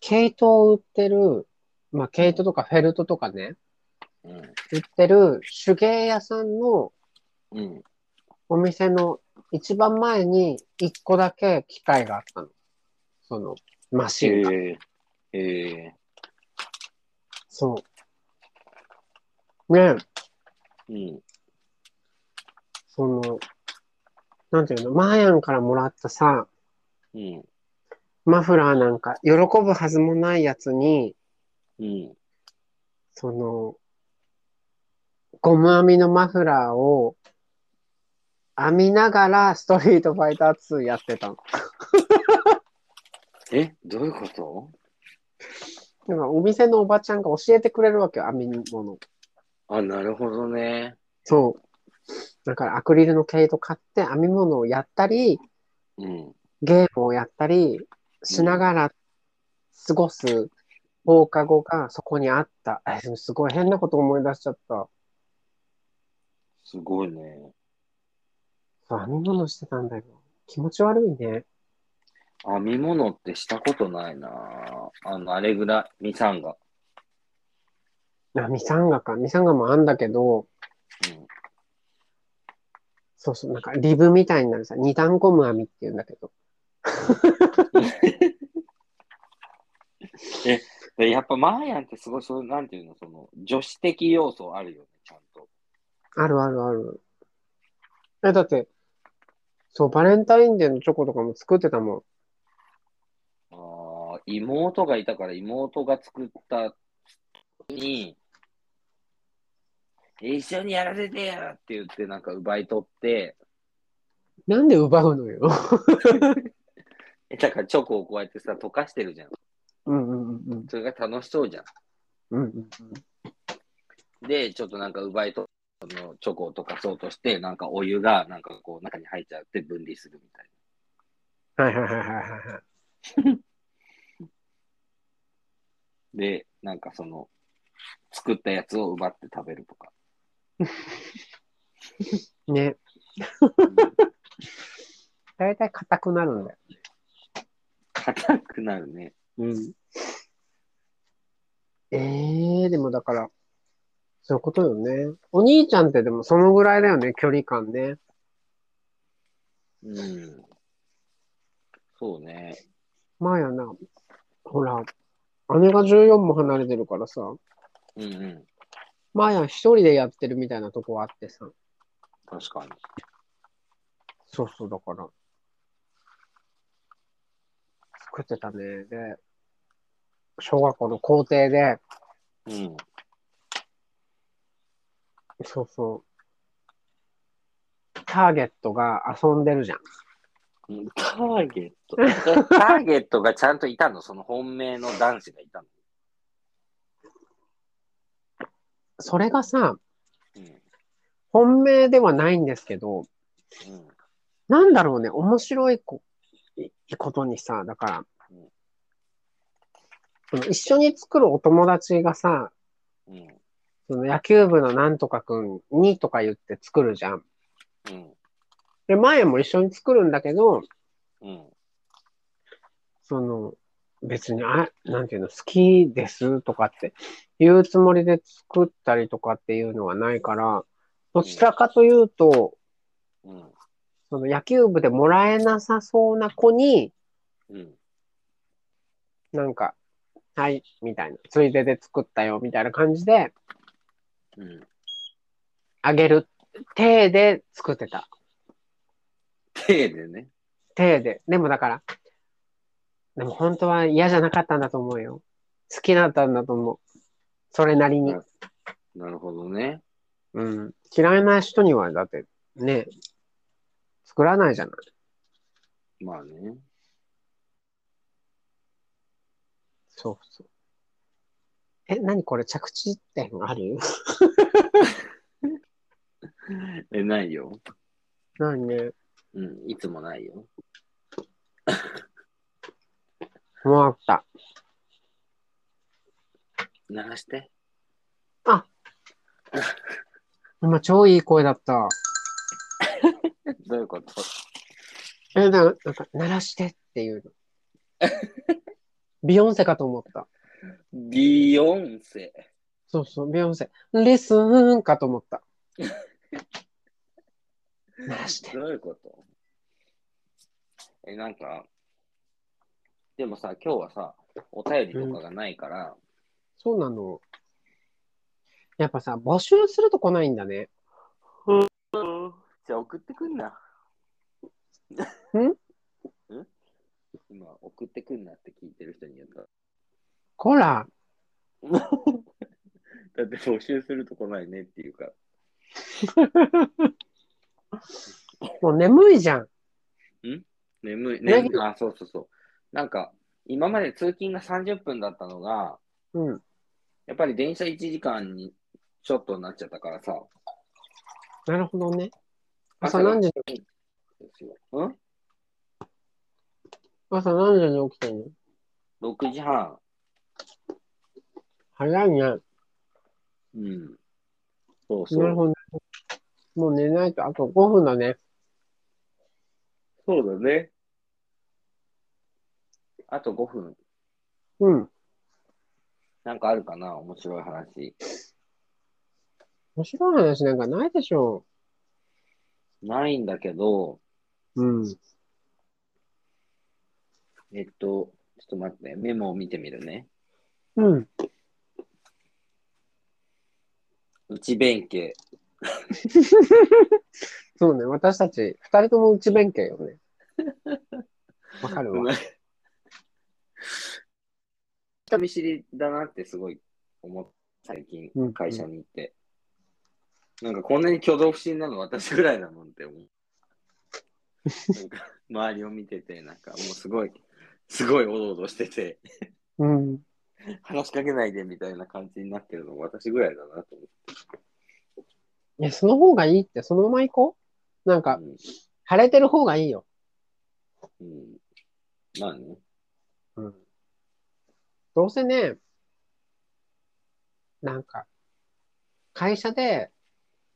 毛糸を売ってる、まあ、毛糸とかフェルトとかね、うん。うん。売ってる手芸屋さんのうん。お店の一番前に一個だけ機械があったの。その、マシンが。えー、えそう。ねえー、うん。その、なんていうの、マーヤンからもらったさ、うん。マフラーなんか喜ぶはずもないやつに、うん。その、ゴム編みのマフラーを編みながらストリートファイター2やってたの。え、どういうことなんかお店のおばちゃんが教えてくれるわけよ、編み物。あ、なるほどね。そう。だからアクリルの毛糸買って編み物をやったり、うん。ゲームをやったりしながら過ごす放課後がそこにあった。え、でもすごい変なこと思い出しちゃった。すごいね。そう編み物してたんだよ。気持ち悪いね。編み物ってしたことないなあの、あれぐらい、ミサンガ。あ、ミサンガか。ミサンガもあんだけど、そうそう、なんかリブみたいになるさ、二段ゴム編みって言うんだけど。うん、でやっぱ、マーヤンってすごい、そうなんていうの、その、女子的要素あるよね、ちゃんと。あるあるある。え、だって、そう、バレンタインデーのチョコとかも作ってたもん。ああ、妹がいたから妹が作ったに、一緒にやらせてやって言って、なんか奪い取って、なんで奪うのよ。えだからチョコをこうやってさ、溶かしてるじゃん。うんうんうんうん。それが楽しそうじゃうんうんうん。ん。で、ちょっとなんか奪い取ったのチョコを溶かそうとして、なんかお湯がなんかこう中に入っちゃって分離するみたいはいはいはいはいはいはい。な。で、なんかその、作ったやつを奪って食べるとか。ね。だいたい硬くなるんだよ。硬くなるね。うん。えー、でもだから、そういうことよね。お兄ちゃんってでもそのぐらいだよね、距離感ね。うん。そうね。まあやな、ほら、姉が14も離れてるからさ、うんうん。まあや一人でやってるみたいなとこはあってさ、確かに。そうそうだから、作ってたね。で、小学校の校庭で、うん。そうそう、ターゲットが遊んでるじゃん。ターゲット。えターゲットがちゃんといたのその本命の男子がいたの。それがさ、う本命ではないんですけど、ん。うん。なんだろうね、面白いこいことにさ、だからうん、その一緒に作るお友達がさ、うん。その野球部のなんとかくんにとか言って作るじゃん。うん。で、前も一緒に作るんだけど、うん。その、別に、あ、なんていうの、好きですとかって言うつもりで作ったりとかっていうのはないから、どちらかというと、うん。その野球部でもらえなさそうな子に、うん。なんか、はい、みたいな、ついでで作ったよ、みたいな感じで、うん。あげる、手で作ってた。手でね。手で。でもだから、でも本当は嫌じゃなかったんだと思うよ。好きだったんだと思う。それなりに。なるほどね。うん。嫌いな人には、だって、ね、作らないじゃない。まあね。そうそう。え、何これ着地点ある え、ないよ。何ね。うん。いつもないよ。もうあった。鳴らして。今超いい声だった。どういうことえ、ななんか、鳴らしてっていうの。ビヨンセかと思った。ビヨンセ。そうそう、ビヨンセ。レッスンかと思った。鳴らし て。どういうことえ、なんか、でもさ、今日はさ、お便りとかがないから、そうなの。やっぱさ、募集すると来ないんだね。じゃあ送ってくん な。んん今、送ってくんなって聞いてる人に言った。こら、だって募集するとこないねっていうか。もう眠いじゃん。眠い。ね眠い。あ、そうそうそう。なんか、今まで通勤が30分だったのが、うん。やっぱり電車1時間にちょっとになっちゃったからさ。なるほどね。朝何時に、ですようん朝何時に起きてんの ?6 時半。早いね。うん。そうそなるう。ほど。もう寝ないと、あと5分だね。そうだね。あと5分。うん。なんかあるかな面白い話。面白い話なんかないでしょないんだけど、う。うん。えっと、ちょっと待って、メモを見てみるね。うん。内弁慶。そうね。私たち、二人とも内弁慶よ ね。わかるわ。人見知りだなってすごい思った、最近うん、会社に行って。なんかこんなに挙動不審なの私ぐらいなのって思う。なんか周りを見てて、なんかもうすごい、すごいおどおどしてて、うん。話しかけないでみたいな感じになってるの私ぐらいだなと思って。いや、その方がいいって、そのまま行こう。なんか、晴れてる方がいいよ。うん。うん、まあね。うん。どうせね、なんか、会社で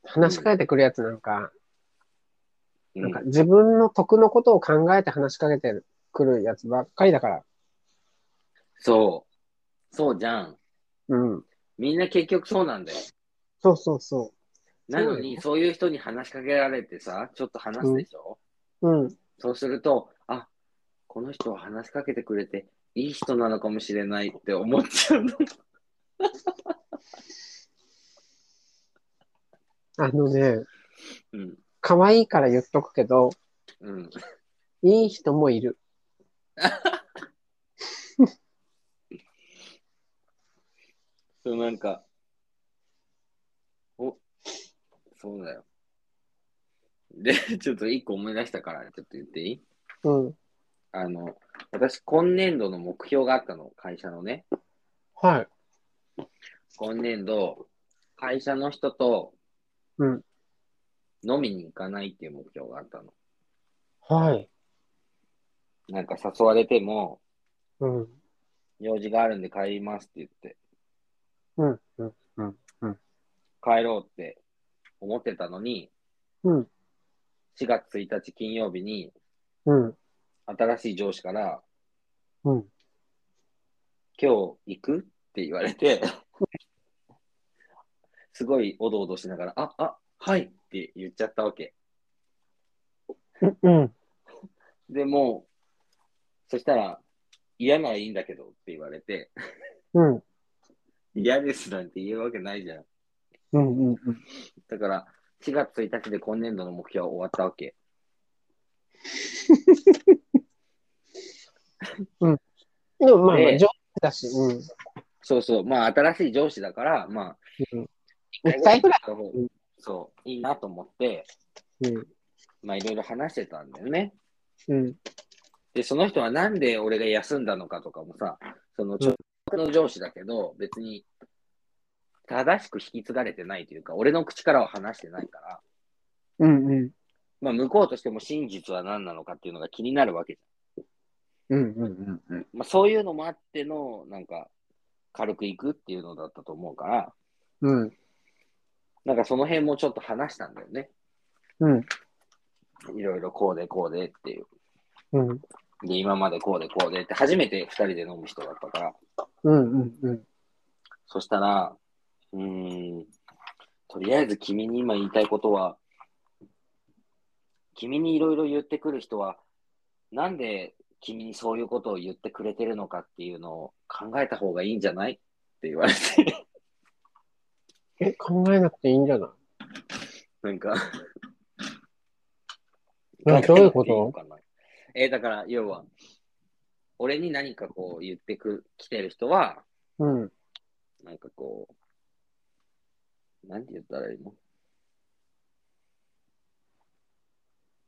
話しかけてくるやつなんか、うなんか自分の得のことを考えて話しかけてくるやつばっかりだから。そう。そうじゃん。うん。みんな結局そうなんだよ。そうそうそなのに、そういう人に話しかけられてさ、ちょっと話すでしょ、う。うん。そうすると、あこの人は話しかけてくれて、いい人なのかもしれないって思っちゃうの。 あのね、うん。可愛いから言っとくけど、うん。いい人もいる。そう、なんか、お、そうだよ。で、 ちょっと一個思い出したから、ちょっと言っていいうん。あの、私、今年度の目標があったの、会社のね。はい。今年度、会社の人とうん。飲みに行かないっていう目標があったの。はい。なんか誘われても、うん。用事があるんで帰りますって言って、うん。うん。帰ろうって思ってたのに、うん。 4月1日金曜日に、うん。新しい上司から、うん。今日行くって言われて、 すごいおどおどしながら、あ、あ、はいって言っちゃったわけ。うん。でもう、そしたら、嫌ならいいんだけどって言われて、うん。嫌ですなんて言えるわけないじゃん。うん。うん。だから、4月1日で今年度の目標は終わったわけ。でもまあまあ、で上手だし、うん。そうそう、まあ、新しい上司だから、まあ、うん一回ぐらい。いそう、いいなと思って、うん。まあ、いろいろ話してたんだよね。うん。で、その人はなんで俺が休んだのかとかもさ、その直属の上司だけど、別に正しく引き継がれてないというか、俺の口からは話してないから、うん。うん。まあ、向こうとしても真実は何なのかっていうのが気になるわけじうん。うん。うん。ゃん。まあ、そういうのもあっての、なんか、軽くいくっていうのだったと思うから、うん。なんかその辺もちょっと話したんだよね。うん。いろいろこうでこうでっていう。うん。で、今までこうでこうでって、初めて2人で飲む人だったから、うん。うん。そしたら、うーん、とりあえず君に今言いたいことは、君にいろいろ言ってくる人は、なんで君にそういうことを言ってくれてるのかっていうのを考えた方がいいんじゃないって言われて、え、考えなくていいんじゃないなん か、えどういうこ考えなくてといいのかなえだから、要は、俺に何かこう言ってく、来てる人は、うん。なんかこう、なんて言ったらいいの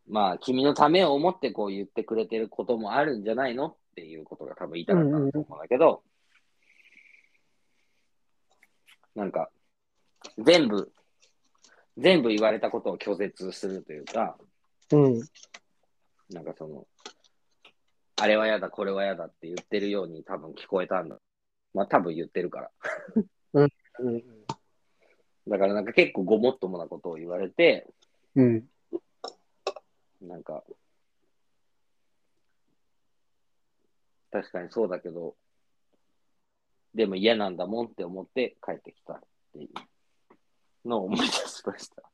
まあ、君のためを思ってこう言ってくれてることもあるんじゃないのっていうことが多分言いたかったと思うんだけど、なんか、全部、全部言われたことを拒絶するというか、うん。なんかその、あれはやだ、これはやだって言ってるように多分聞こえたんだ。まあ多分言ってるから。うん。だからなんか結構ごもっともなことを言われて、うん。なんか、確かにそうだけど、でも嫌なんだもんって思って帰ってきたっていうのを思い出しました。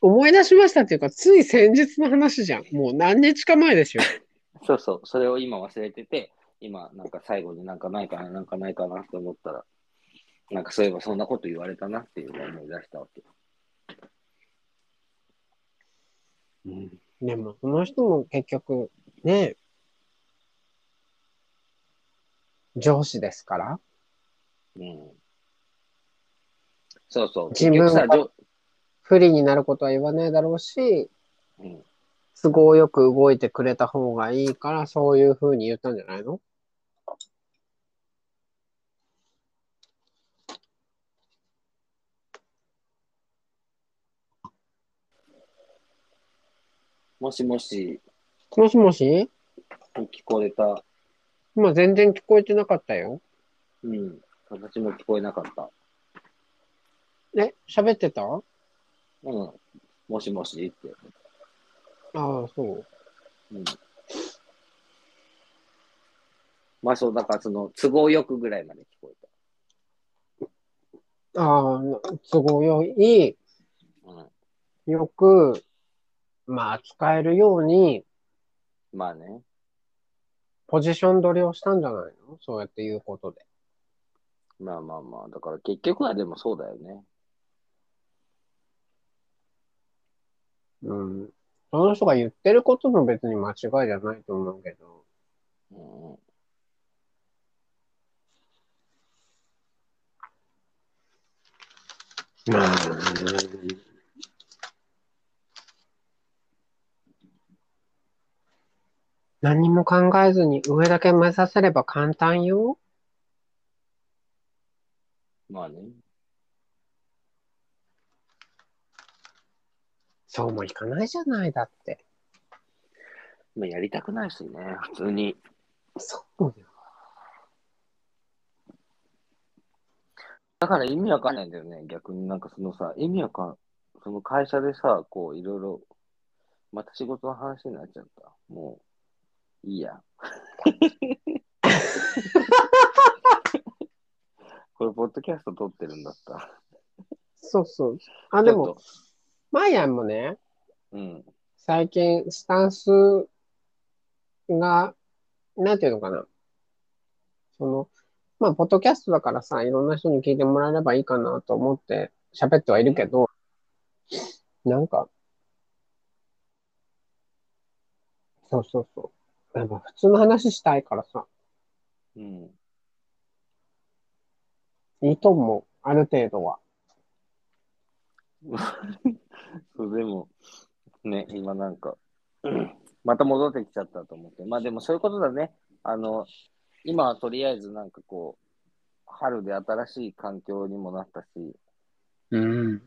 思い出しましたっていうか、つい先日の話じゃん。もう何日か前ですよ。そうそう、それを今忘れてて、今なんか最後になんかないかな、なんかないかなって思ったら、なんかそういえばそんなこと言われたなっていうのを思い出したわけ。うん、でも、この人も結局、ね、上司ですから。うん。そうそう、自結分局さ、は上不利になることは言わないだろうし、うん、都合よく動いてくれた方がいいから、そういう風に言ったんじゃないのもしもし、もしもし聞こえた。今全然聞こえてなかったよ。うん。私も聞こえなかった。え、喋ってたあうん。もしもしって。あ、そう。うん。まあそう、だからその、都合よくぐらいまで聞こえああ、都合よい、た。うん。よく、まあ、使えるように、まあね。ポジション取りをしたんじゃないのそうやって言うことで。まあまあまあ。だから結局はでもそうだよね。うん。その人が言ってることも別に間違いじゃないと思うけど。うんうん。まあ、何も考えずに上だけ目指せれば簡単よ。まあね。そうもいかないじゃない、だって。まあやりたくないしね。普通に。そうよ。だから意味わかんないんだよね。逆になんかそのさ、意味わかん、その会社でさ、こういろいろ、また仕事の話になっちゃった。もいいや。これ、ポッドキャスト撮ってるんだった。そうそう。あ、でちょもっ、と。マイヤンもね、うん。最近、スタンスが、なんていうのかな。その、まあ、ポッドキャストだからさ、いろんな人に聞いてもらえればいいかなと思って喋ってはいるけど、なんか、そうそうそう。やっぱ普通の話したいからさ、うん。いいと思う。ある程度は。そう、でも、ね、今なんか、また戻ってきちゃったと思って。まあでもそういうことだね。あの、今はとりあえずなんかこう、春で新しい環境にもなったし、うん。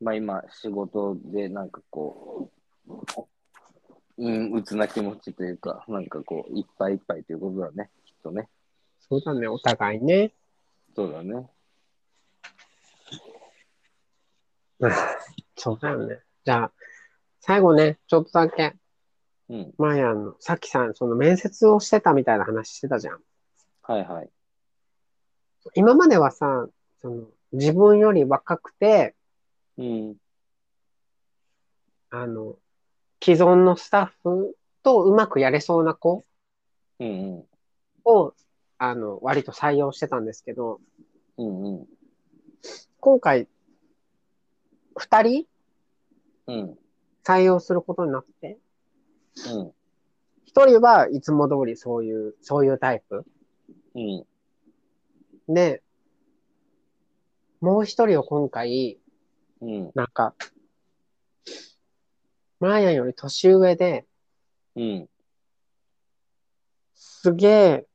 まあ今仕事でなんかこう、うん、鬱な気持ちというか、なんかこう、いっぱいいっぱいということだね、きっとね。そうだね、お互いね。そうだね。そうだよね。じゃあ、最後ね、ちょっとだけ、うん。マヤンの、さっきさん、その面接をしてたみたいな話してたじゃん。はいはい。今まではさ、その、自分より若くて、うん。あの、既存のスタッフとうまくやれそうな子うんを、あの、割と採用してたんですけど、うん。うんうん。今回、二人うん。採用することになって、うん。一人はいつも通りそういう、そういうタイプ。うん。で、もう一人を今回、うん。なんか、マーヤンより年上で、うん。すげえ、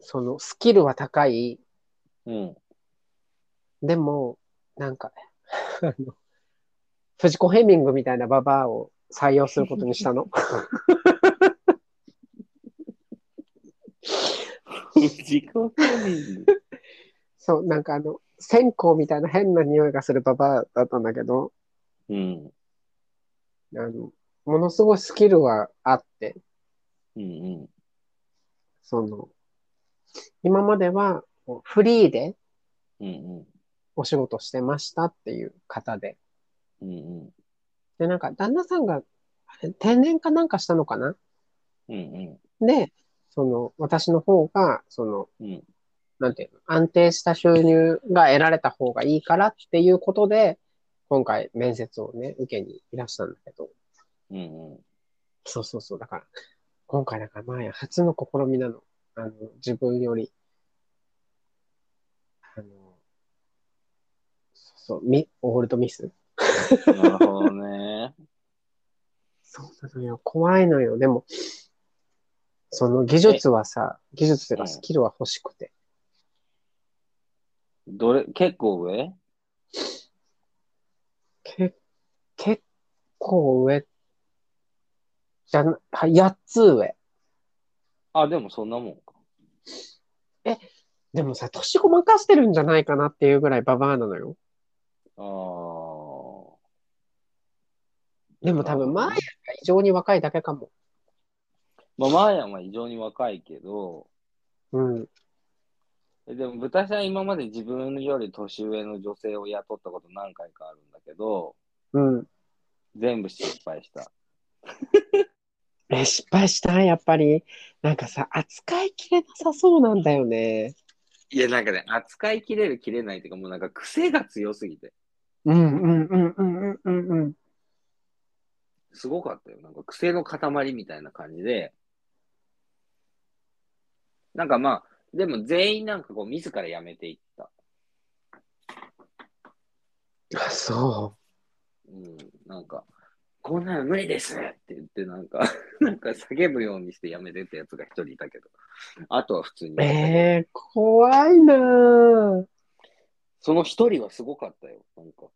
その、スキルは高い。うん。でも、なんか、 あの、藤子ヘミングみたいなババアを採用することにしたの。自己管理。そう、なんかあの、線香みたいな変な匂いがするババアだったんだけど、うん。あの、ものすごいスキルはあって、うんその、今まではこうフリーでうん。うんお仕事してましたっていう方で。うん。うんで、なんか旦那さんがあれ定年かなんかしたのかなうん。うんで、その私の方が、その、うん。なんていうの、安定した収入が得られた方がいいからっていうことで、今回面接をね、受けにいらしたんだけど。うんうん。そうそうそう。だから、今回だから前初の試みなの。あの、自分より、あの、そうそう、ミ、オールドミス。なるほどね。そうなのよ。怖いのよ。でも、その技術はさ、技術といううかんスキルは欲しくて。どれ、結構上け、結構上、じゃな、は8つ上。あ、でもそんなもんか。でもさ、年ごまかしてるんじゃないかなっていうぐらいババアなのよ。ああ。でも多分、マまーヤが異常に若いだけかも。まあ、マーヤンは異常に若いけど、うん。えでも、豚さん今まで自分より年上の女性を雇ったこと何回かあるんだけど、うん。全部失敗した。え、失敗したやっぱり。なんかさ、扱いきれなさそうなんだよね。いや、なんかね、扱いきれる、きれないっていうか、もうなんか癖が強すぎて、うんうんうんうんうんうんうん。すごかったよ。なんか癖の塊みたいな感じで、なんかまあ、でも全員なんかこう、自ら辞めていった。あ、そうん、なんか、こんなの無理ですって言って、なんか、 なんか叫ぶようにして辞めてったやつが一人いたけど、あとは普通にう。。えー、怖いなぁ。その一人はすごかったよ。なんか、い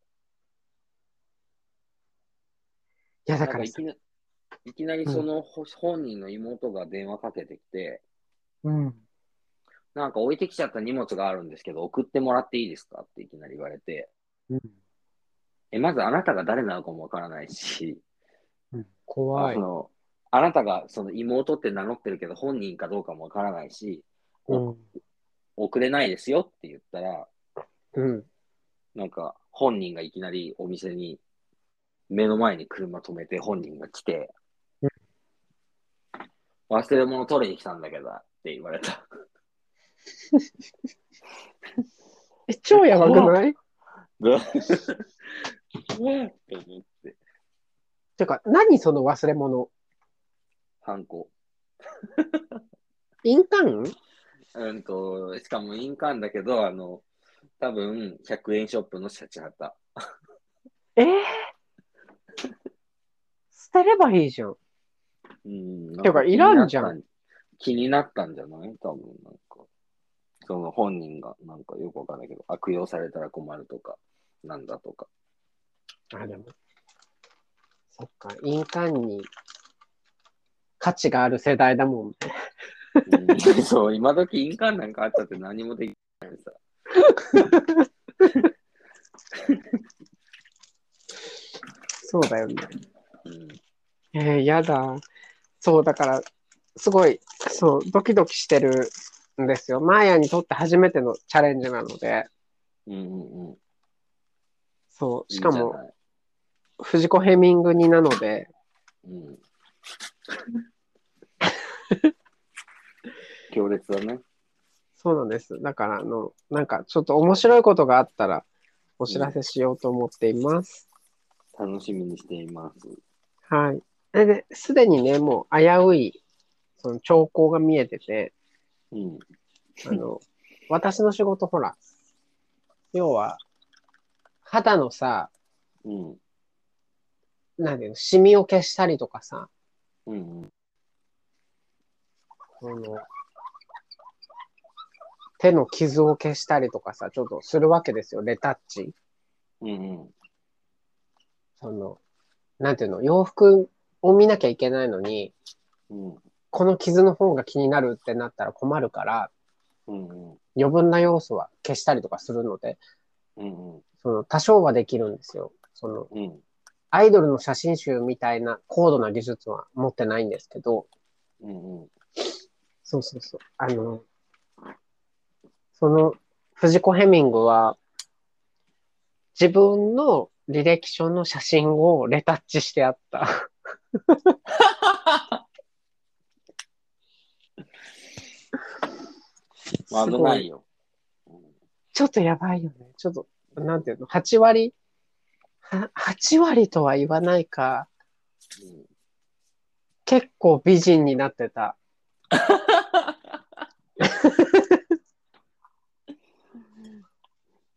や、なんだかからいさき、ないきなりその、ほ本人の妹が電話かけてきて、うん。なんか置いてきちゃった荷物があるんですけど、送ってもらっていいですかっていきなり言われて、うんえ、まずあなたが誰なのかもわからないし、怖あい。の、あなたがその妹って名乗ってるけど本人かどうかもわからないし、うん。送れないですよって言ったら、うん。なんか本人がいきなりお店に目の前に車止めて本人が来てう、忘れ物取りに来たんだけどって言われた。 え、超やばくないどう怖いと思って。てか、何その忘れ物ハンコ。インターンうんと、しかも印鑑だけど、あの、多分100円ショップのシャチハタ。えー、捨てればいいじゃん。うん。てかいらんじゃん気になったん。気になったんじゃない多分なんか。その本人がなんかよくわかんないけど、悪用されたら困るとか、なんだとか。あ、でも。そっか、印鑑に価値がある世代だもん。うん そう、今時印鑑なんかあったって何もできないさ。そうだよね。うん。えー、やだ。そう、だから、すごい、そう、ドキドキしてるんですよ。マーヤにとって初めてのチャレンジなので、うんうんうん。そう、しかいいんじもゃ、ない藤子ヘミングになので、うん。強烈だね。そうなんです。だから、あの、なんか、ちょっと面白いことがあったら、お知らせしようと思っています。楽しみにしています。はい。でで、すでにね、もう危うい、その兆候が見えてて、うん。あの、私の仕事、ほら、要は、肌のさ、うん。なんていうの、シミを消したりとかさ、うんうん。この、手の傷を消したりとかさ、ちょっとするわけですよ、レタッチ。うんうん。その、なんていうの、洋服を見なきゃいけないのに、うんこの傷の方が気になるってなったら困るから、うんうん。余分な要素は消したりとかするので、うんうん。その多少はできるんですよ。その、うん。アイドルの写真集みたいな高度な技術は持ってないんですけど、うんうん。そうそうそう。あの、その、藤子ヘミングは、自分の履歴書の写真をレタッチしてあった。 まあ、危ないよ。ちょっとやばいよね。ちょっと、なんていうの、8割、は8割とは言わないか、うん結構美人になってた。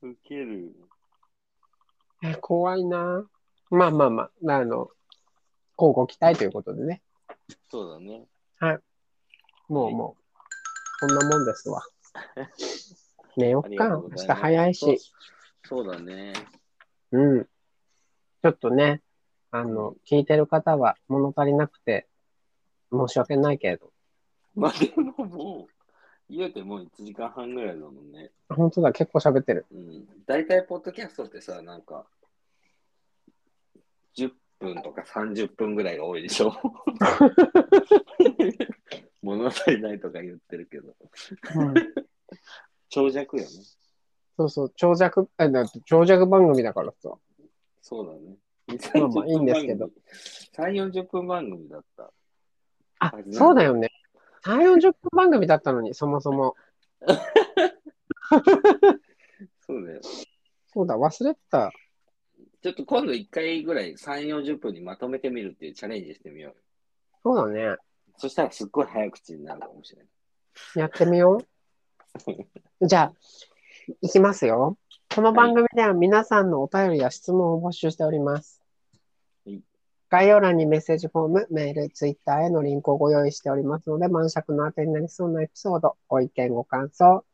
ウケる。え怖いな。まあまあまあ、あの、乞うご期待ということでね。そうだね。もうもう、こんなもんで すわ。寝よあっりがとかう。ご明ざ日います早いし。。そうそうだね。うん。ちょっとね、あの、聞いてる方は物足りなくて、申し訳ないけれど。まあ、でももう、言うてもう1時間半ぐらいだもんね。本当だ、結構喋ってる。うん。大体、ポッドキャストってさ、なんか、10分とか30分ぐらいが多いで しょ。物足りないとか言ってるけど。長尺よね。 そうそう、長尺、え、だって長尺番組だからさ。そうだね。まあまあいいんですけど。 3、40分番組だった。あは、いそうだよね。3、40分番組だったのに、そもそも。そうだよ。そうだ、忘れてた。ちょっと今度1回ぐらい3、40分にまとめてみるっていうチャレンジしてみようよ。そうだね。そしたらすっごい早口になるかもしれない。やってみよう。じゃあ、いきますよ。この番組では皆さんのお便りや質問を募集しております。はい概要欄にメッセージフォーム、メール、ツイッターへのリンクをご用意しておりますので、晩酌の当てになりそうなエピソード、ご意見、ご感想、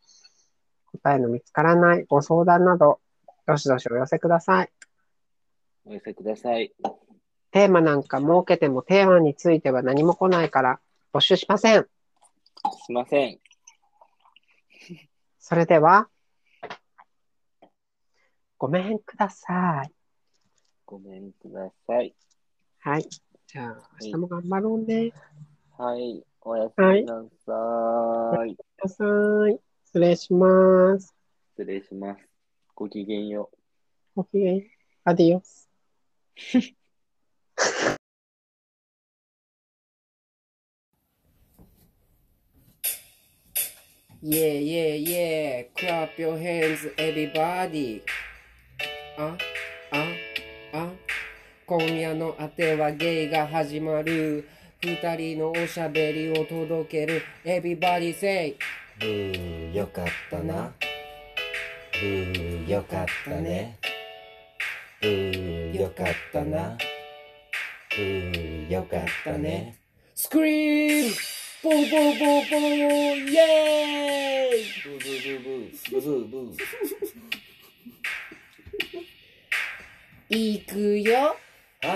答えの見つからない、ご相談など、どしどしお寄せください。お寄せください。テーマなんか設けてもテーマについては何も来ないから募集しません。すいません。それでは、ごめんください。ごめんください。はい。じゃあ、明日も頑張ろうね。はい。おやすみなさーい。ください。失礼します。失礼します。ごきげんよう。ごきげんよう。アディオス。 Yeah, yeah, yeah. Clap your hands, everybody. あ、あ、あ。今夜のあてはゲイが始まる。二人のおしゃべりを届ける。Everybody say. ブーよかったなブーよかったねブーよかったなブーよかったね Scream! ボーボーボーボーイェーイブーブーブーブーブーブーブー行くよあ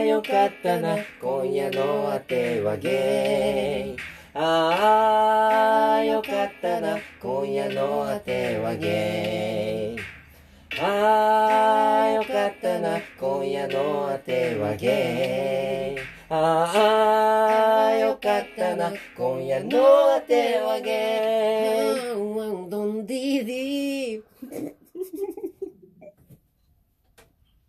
ーよかったな今夜のあてはゲイあーよかったな今夜のあてはゲイあーよかったな今夜のあてはゲイあーよかったな今夜のあてはゲイワンワンドンディディ